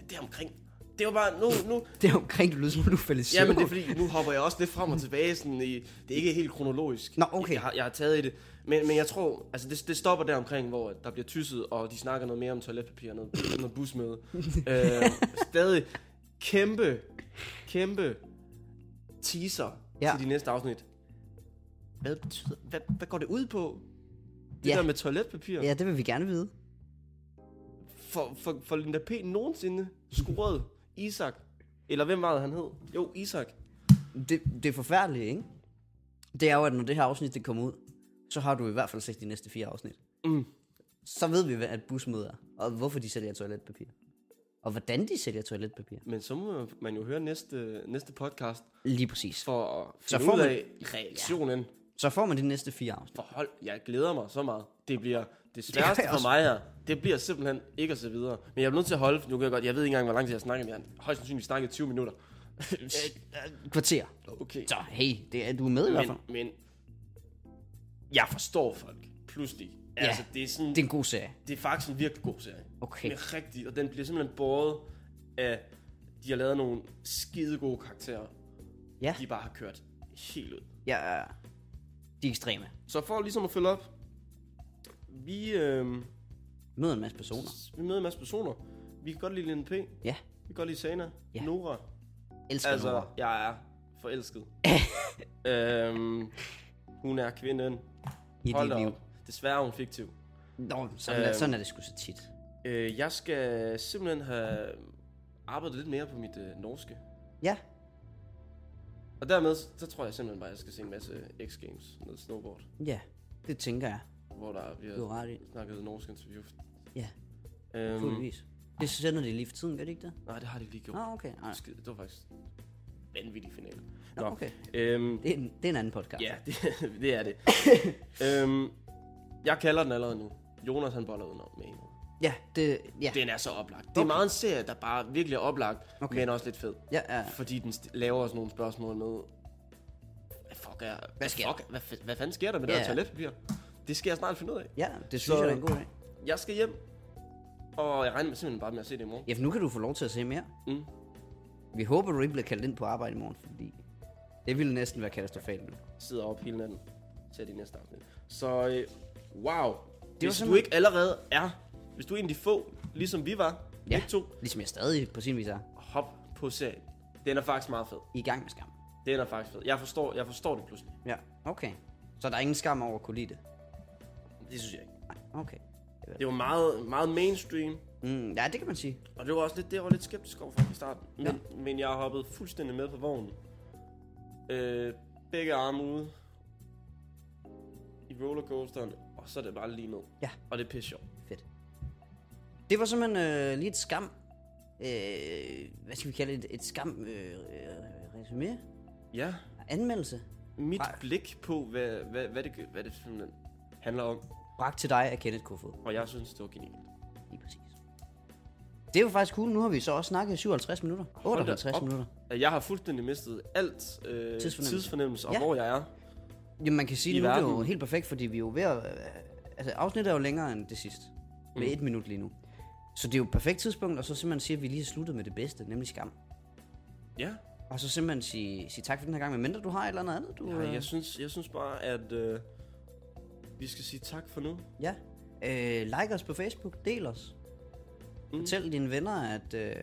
det er omkring. Det var bare, nu, nu, det er omkring, du lyder som om du faldt i søvn. Jamen det er fordi, nu hopper jeg også lidt frem og tilbage sådan i, det er ikke helt kronologisk. Nå, okay. Jeg, har, jeg har taget i det. Men, men jeg tror, altså det, det stopper der omkring, hvor der bliver tysset, og de snakker noget mere om toiletpapir og noget, noget busmøde. øh, stadig kæmpe, kæmpe teaser Ja. ja. til de næste afsnit. Hvad, betyder, hvad, hvad går det ud på? Det Ja. ja. der med toiletpapir? Ja, det vil vi gerne vide. for, for, for Linda P. nogensinde scoret Isak. Eller hvem var det, han hed? Jo, Isak. Det, det er forfærdeligt, ikke? Det er jo, at når det her afsnit det kommer ud, så har du i hvert fald set de næste fire afsnit. Mm. Så ved vi, hvad et busmøde er, og hvorfor de sælger toiletpapir. Og hvordan de sælger toiletpapir. Men så må man jo høre næste, næste podcast Lige præcis. for at Så finde får ud man- af reaktionen. Ja. Så får man de næste fire afsnit. For hold, jeg glæder mig så meget. Det bliver det gør jeg sværeste for også. mig her. Det bliver simpelthen ikke at se videre. Men jeg er nødt til at holde, for nu kan jeg godt, jeg ved ikke engang, hvor lang tid jeg snakker med ham. Højst sandsynligt snakket 20 minutter. Kvarter. okay. Så hey, det er, du er med i hvert fald. Men, men jeg forstår folk pludselig. Ja. Altså, det er sådan, Det er en god serie. Det er faktisk en virkelig god serie. Okay. Den er rigtig, og den bliver simpelthen båret af, de har lavet nogle skide gode karakterer. Ja. De bare har kørt helt ud. Ja, de er ekstreme. Så for ligesom at følge op, vi, øh, Møder en masse personer. vi møder en masse personer. Vi kan godt lide Linda P. Vi Ja, kan godt lide Sana. Ja. Nora. elsker altså, Altså, Nora. jeg er forelsket. øhm, hun er kvinden. I Hold dit da liv. op. Desværre er hun fiktiv. Nå, sådan, øh, er, Øhm. sådan er det sgu så tit. Øh, jeg skal simpelthen have arbejdet lidt mere på mit øh, norske. Ja, Og dermed, så tror jeg simpelthen bare, at jeg skal se en masse øh, X Games, noget snowboard, ja, det tænker jeg. hvor der Du bliver har ret i. snakket norsk interview. Ja, Øhm, fuldvis. Det sender de lige for tiden, gør de ikke det? nej, det har de lige gjort. Nå, okay. Nej. Skide- Det var faktisk vanvittig finale. Nå, okay. Øhm, Det er, en, det er en anden podcast. ja, det, det er det. øhm, jeg kalder den allerede nu. Jonas han boller udenom med hende. ja det, ja. Den er så oplagt. Det er meget en serie, der bare virkelig er oplagt, Okay. okay. men også lidt fed. ja, ja. Fordi den st- laver også nogle spørgsmål med, fuck er... Hvad sker fuck, hvad, f- hvad fanden sker der med yeah. Ja. det her toiletpapir? Det skal jeg snart finde ud af. Ja, det synes Så- jeg er en god idé. Jeg skal hjem, og jeg regner simpelthen bare med at se det i morgen. Ja, for nu kan du få lov til at se mere. Mm. Vi håber, du ikke bliver kaldt ind på arbejde i morgen, fordi det ville næsten være katastrofalt nu. sidder op hele natten til de næste afsnit. Så øh, wow. Det hvis du simpelthen- ikke allerede er, hvis du er en af de få, ligesom vi var, ja. Ja, begge to, ligesom jeg stadig på sin vis er hop på serien. Den er faktisk meget fed. i gang med skam. Den er faktisk fed. Jeg forstår, jeg forstår det pludselig. Ja, okay. Så der er ingen skam over at kunne lide det? Det synes jeg ikke. Nej, okay. Det var meget, meget mainstream, Mm, ja, det kan man sige. og det var også lidt det, jeg var lidt skeptisk over for i starten. Men, ja. men jeg har hoppet fuldstændig med på vognen. Øh, begge arme ude i rollercoasteren, og så er det bare lige ned. Ja. Og det er pisse sjovt. Fedt. Det var simpelthen øh, lige et skam... Øh, hvad skal vi kalde det? Et skam... Øh, øh, resume? Ja, Anmeldelse? Mit Nej. blik på, hvad, hvad, hvad, det, hvad det simpelthen handler om, Bragt til dig af Kenneth Kofod. og jeg synes, det var genialt. Lige præcis. Det er jo faktisk cool. Nu har vi så også snakket i 57 minutter. Hold da 58 op. minutter. Jeg har fuldstændig mistet alt øh, Tidsfornemmelse. tidsfornemmelse. tidsfornemmelse og Ja. ja. hvor jeg er. Jamen, man kan sige, I at nu er det jo verden. helt perfekt, fordi vi er jo ved at... øh, Altså, afsnittet er jo længere end det sidste. Med mm. et minut lige nu. Så det er jo et perfekt tidspunkt, og så simpelthen sige, at vi lige har sluttet med det bedste, nemlig skam. Ja, Og så simpelthen sige, sige tak for den her gang, medmindre du har et eller andet andet, du... ja øh, jeg, synes, jeg synes bare, at øh, vi skal sige tak for nu. Ja. Øh, like os på Facebook, del os. Mm. Fortæl dine venner, at øh,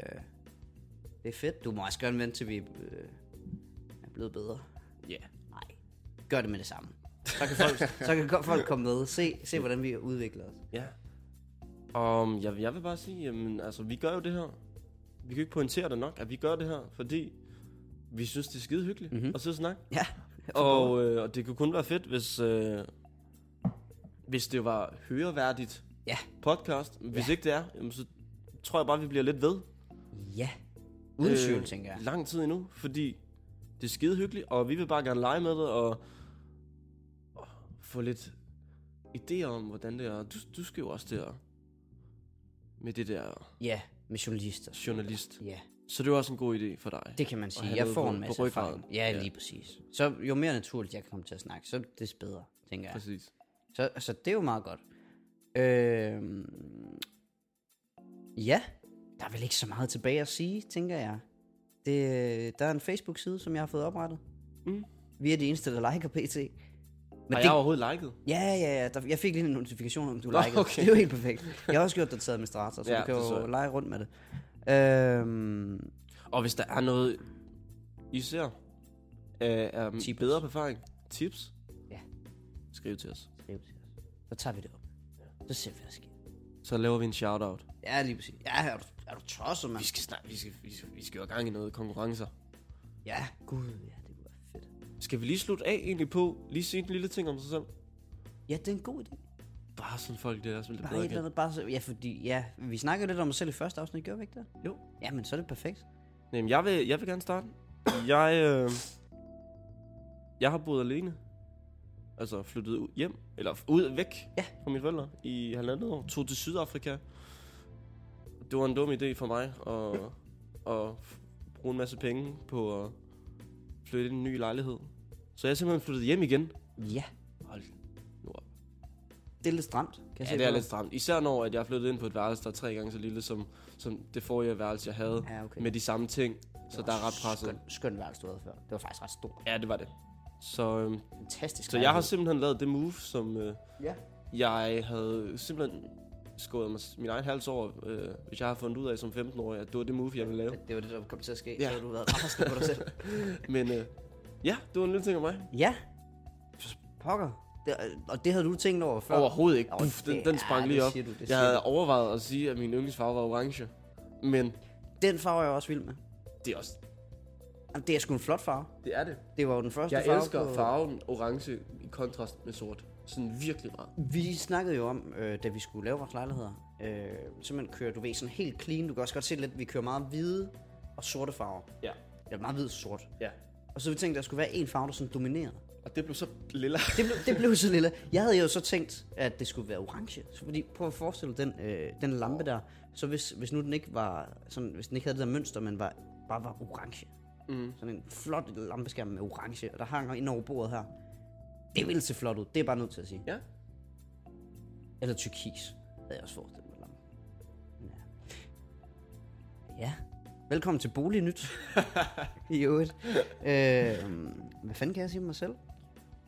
det er fedt. Du må også gøre en ven, til vi øh, er blevet bedre. Ja. Yeah. Nej, gør det med det samme. Så kan folk, så kan ko- folk komme med. Se, se, hvordan vi udvikler os. Ja. Og mm, jeg, jeg vil bare sige, jamen, altså, vi gør jo det her. Vi kan ikke pointere det nok, at vi gør det her, fordi vi synes, det er skide hyggeligt mm-hmm. at sidde og snakke. Mhm. Ja. Og, øh, og det kunne kun være fedt, hvis, øh, hvis det var høreværdigt Ja. podcast. Hvis ja. ikke det er, jamen, så tror jeg bare, vi bliver lidt ved. Ja. Uden øh, tvivl, tænker jeg. Lang tid endnu, fordi det er skide hyggeligt, og vi vil bare gerne lege med det, og, og få lidt idéer om, hvordan det er. Du, du skal jo også til at med det der Ja, med journalister. journalist. Ja, Så det er jo også en god idé for dig. det kan man sige. have Jeg noget får på- en på masse ryggraden. erfaring. Ja, Ja. lige præcis. Så jo mere naturligt jeg kan komme til at snakke, så er det bedre, tænker jeg. Præcis. Så, så det er jo meget godt. Øh, ja, der er vel ikke så meget tilbage at sige, tænker jeg. Det, der er en Facebook-side, som jeg har fået oprettet. Mm. Vi er de eneste, der liker PT. Men Har det, jeg overhovedet liket? ja, ja, ja. Der, jeg fik lige en notifikation om, du Nå, likede. okay. Det er jo helt perfekt. Jeg har også gjort dig til administrator, så ja, Ja, du kan det så jo jeg. lege rundt med det. Øhm, Og hvis der er noget, I ser, øh, er Tips. tips. bedre på erfaring, tips, Ja. skriv til os. skriv til os. Så tager vi det op. Så ser vi, hvad der sker. Så laver vi en shout-out. Ja, lige præcis. Ja, er du, er du tosset, mand? Vi skal, snart, vi, skal, vi, skal, vi skal jo i gang i noget konkurrencer. Ja, gud, ja, det kunne være fedt. Skal vi lige slutte af egentlig på, lige sige en lille ting om sig selv? Ja, det er en god idé. Bare sådan folk, det er også lidt Bare et bedre eller igen. andet, bare så, ja, fordi, ja, vi snakkede lidt om os selv i første afsnit, gjorde vi ikke det? Jo. Ja, men så er det perfekt. Jamen, jeg vil, jeg vil gerne starte. Jeg, øh, jeg har boet alene. Altså flyttet ud hjem, eller ud væk Ja. fra mine forældre i halvandet år. Tog til Sydafrika. Det var en dum idé for mig at, at f- bruge en masse penge på at flytte ind i en ny lejlighed. Så jeg er simpelthen flyttet hjem igen. Ja, Hold nu op. det er lidt stramt, kan Altså, jeg se Ja, det er på lidt dig. stramt. Især når at jeg er flyttet ind på et værelse, der er tre gange så lille som, som det forrige værelse, jeg havde. Ja, okay. Med de samme ting. Så der er ret presset. Skøn, skøn værelse, du havde før. Det var faktisk ret stort. Ja, det var det. Så, øhm, Fantastisk. så jeg har lejlighed. simpelthen lavet det move, som øh, Ja. jeg havde simpelthen skåret mig, min egen hals over, øh, hvis jeg har fundet ud af som 15-årig, at det var det move, jeg ville lave. Det var det, der kom til at ske, ja. Ja. så havde du været rasende på dig selv. Men øh, ja, det var en lille ting om mig. Ja. Pokker. Det, og det havde du tænkt over før. Overhovedet ikke. Jo, Puff, det den, den er- sprang det lige op. siger du, det siger jeg havde du. overvejet at sige, at min yndlingsfarve var orange. Men Den farve er jeg også vild med. det er også... Jamen, det er sgu en flot farve. Det er det. Det var jo den første Jeg farve elsker på... farven orange i kontrast med sort. Sådan virkelig meget. Vi snakkede jo om, øh, da vi skulle lave vores lejligheder, øh, simpelthen kører, du ved, sådan helt clean. Du kan også godt se lidt, vi kører meget hvide og sorte farver. Ja. Ja, meget hvid og sort. Ja. Og så vi tænkte, at der skulle være en farve, der sådan dominerede. Og det blev så lilla. Det blev, det blev så lille. Jeg havde jo så tænkt, at det skulle være orange. Så fordi, prøv at forestille dig den, øh, den lampe der. Så hvis, hvis nu den ikke var sådan, hvis den ikke havde det der mønster, men var, bare var orange. Mm. Sådan en flot lampeskærm med orange, og der hang ind over bordet her. Det ville se flot ud, det er jeg bare nødt til at sige. Ja. Eller tyrkis, havde jeg også forestillet mig. lampen. Men Ja. ja. Velkommen til Bolignyt. I øvrigt. Øh, hvad fanden kan jeg sige om mig selv?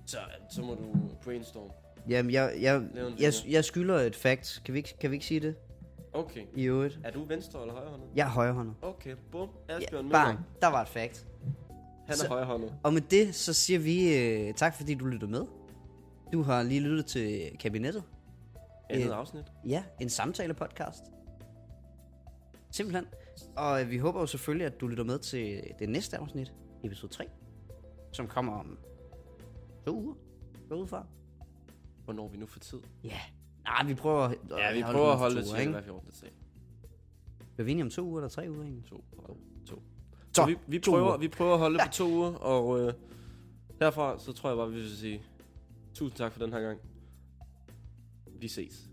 Så, så må du brainstorm. Jamen, jeg, jeg, Lav en jeg, finger. jeg skylder et fact. Kan vi, ikke- kan vi ikke sige det? Okay. I øvrigt. Er du venstre eller højrehåndet? Jeg er højrehåndet. Okay, bum. Asbjørn Ja, ja, bang, Møller, der var et fact. han er Så- højrehåndet. Og med det, så siger vi øh, tak, fordi du lyttede med. Du har lige lyttet til Kabinettet. Andet Øh, afsnit. Ja, en samtale-podcast. Simpelthen. Og øh, vi håber jo selvfølgelig, at du lytter med til det næste afsnit, episode 3, som kommer om to uger. Gå ud fra. Hvornår er vi nu for tid? Ja. Nej, vi prøver at Ja, vi holde prøver den at holde det to til uger, ikke? hver 14. dag. Vil vi enige om to uger eller tre uger egentlig? To. og to. Så, Så vi, vi, to prøver, uger. vi prøver at holde det på to uger, og øh, herfra så tror jeg bare, vi vil sige tusind tak for den her gang. Vi ses.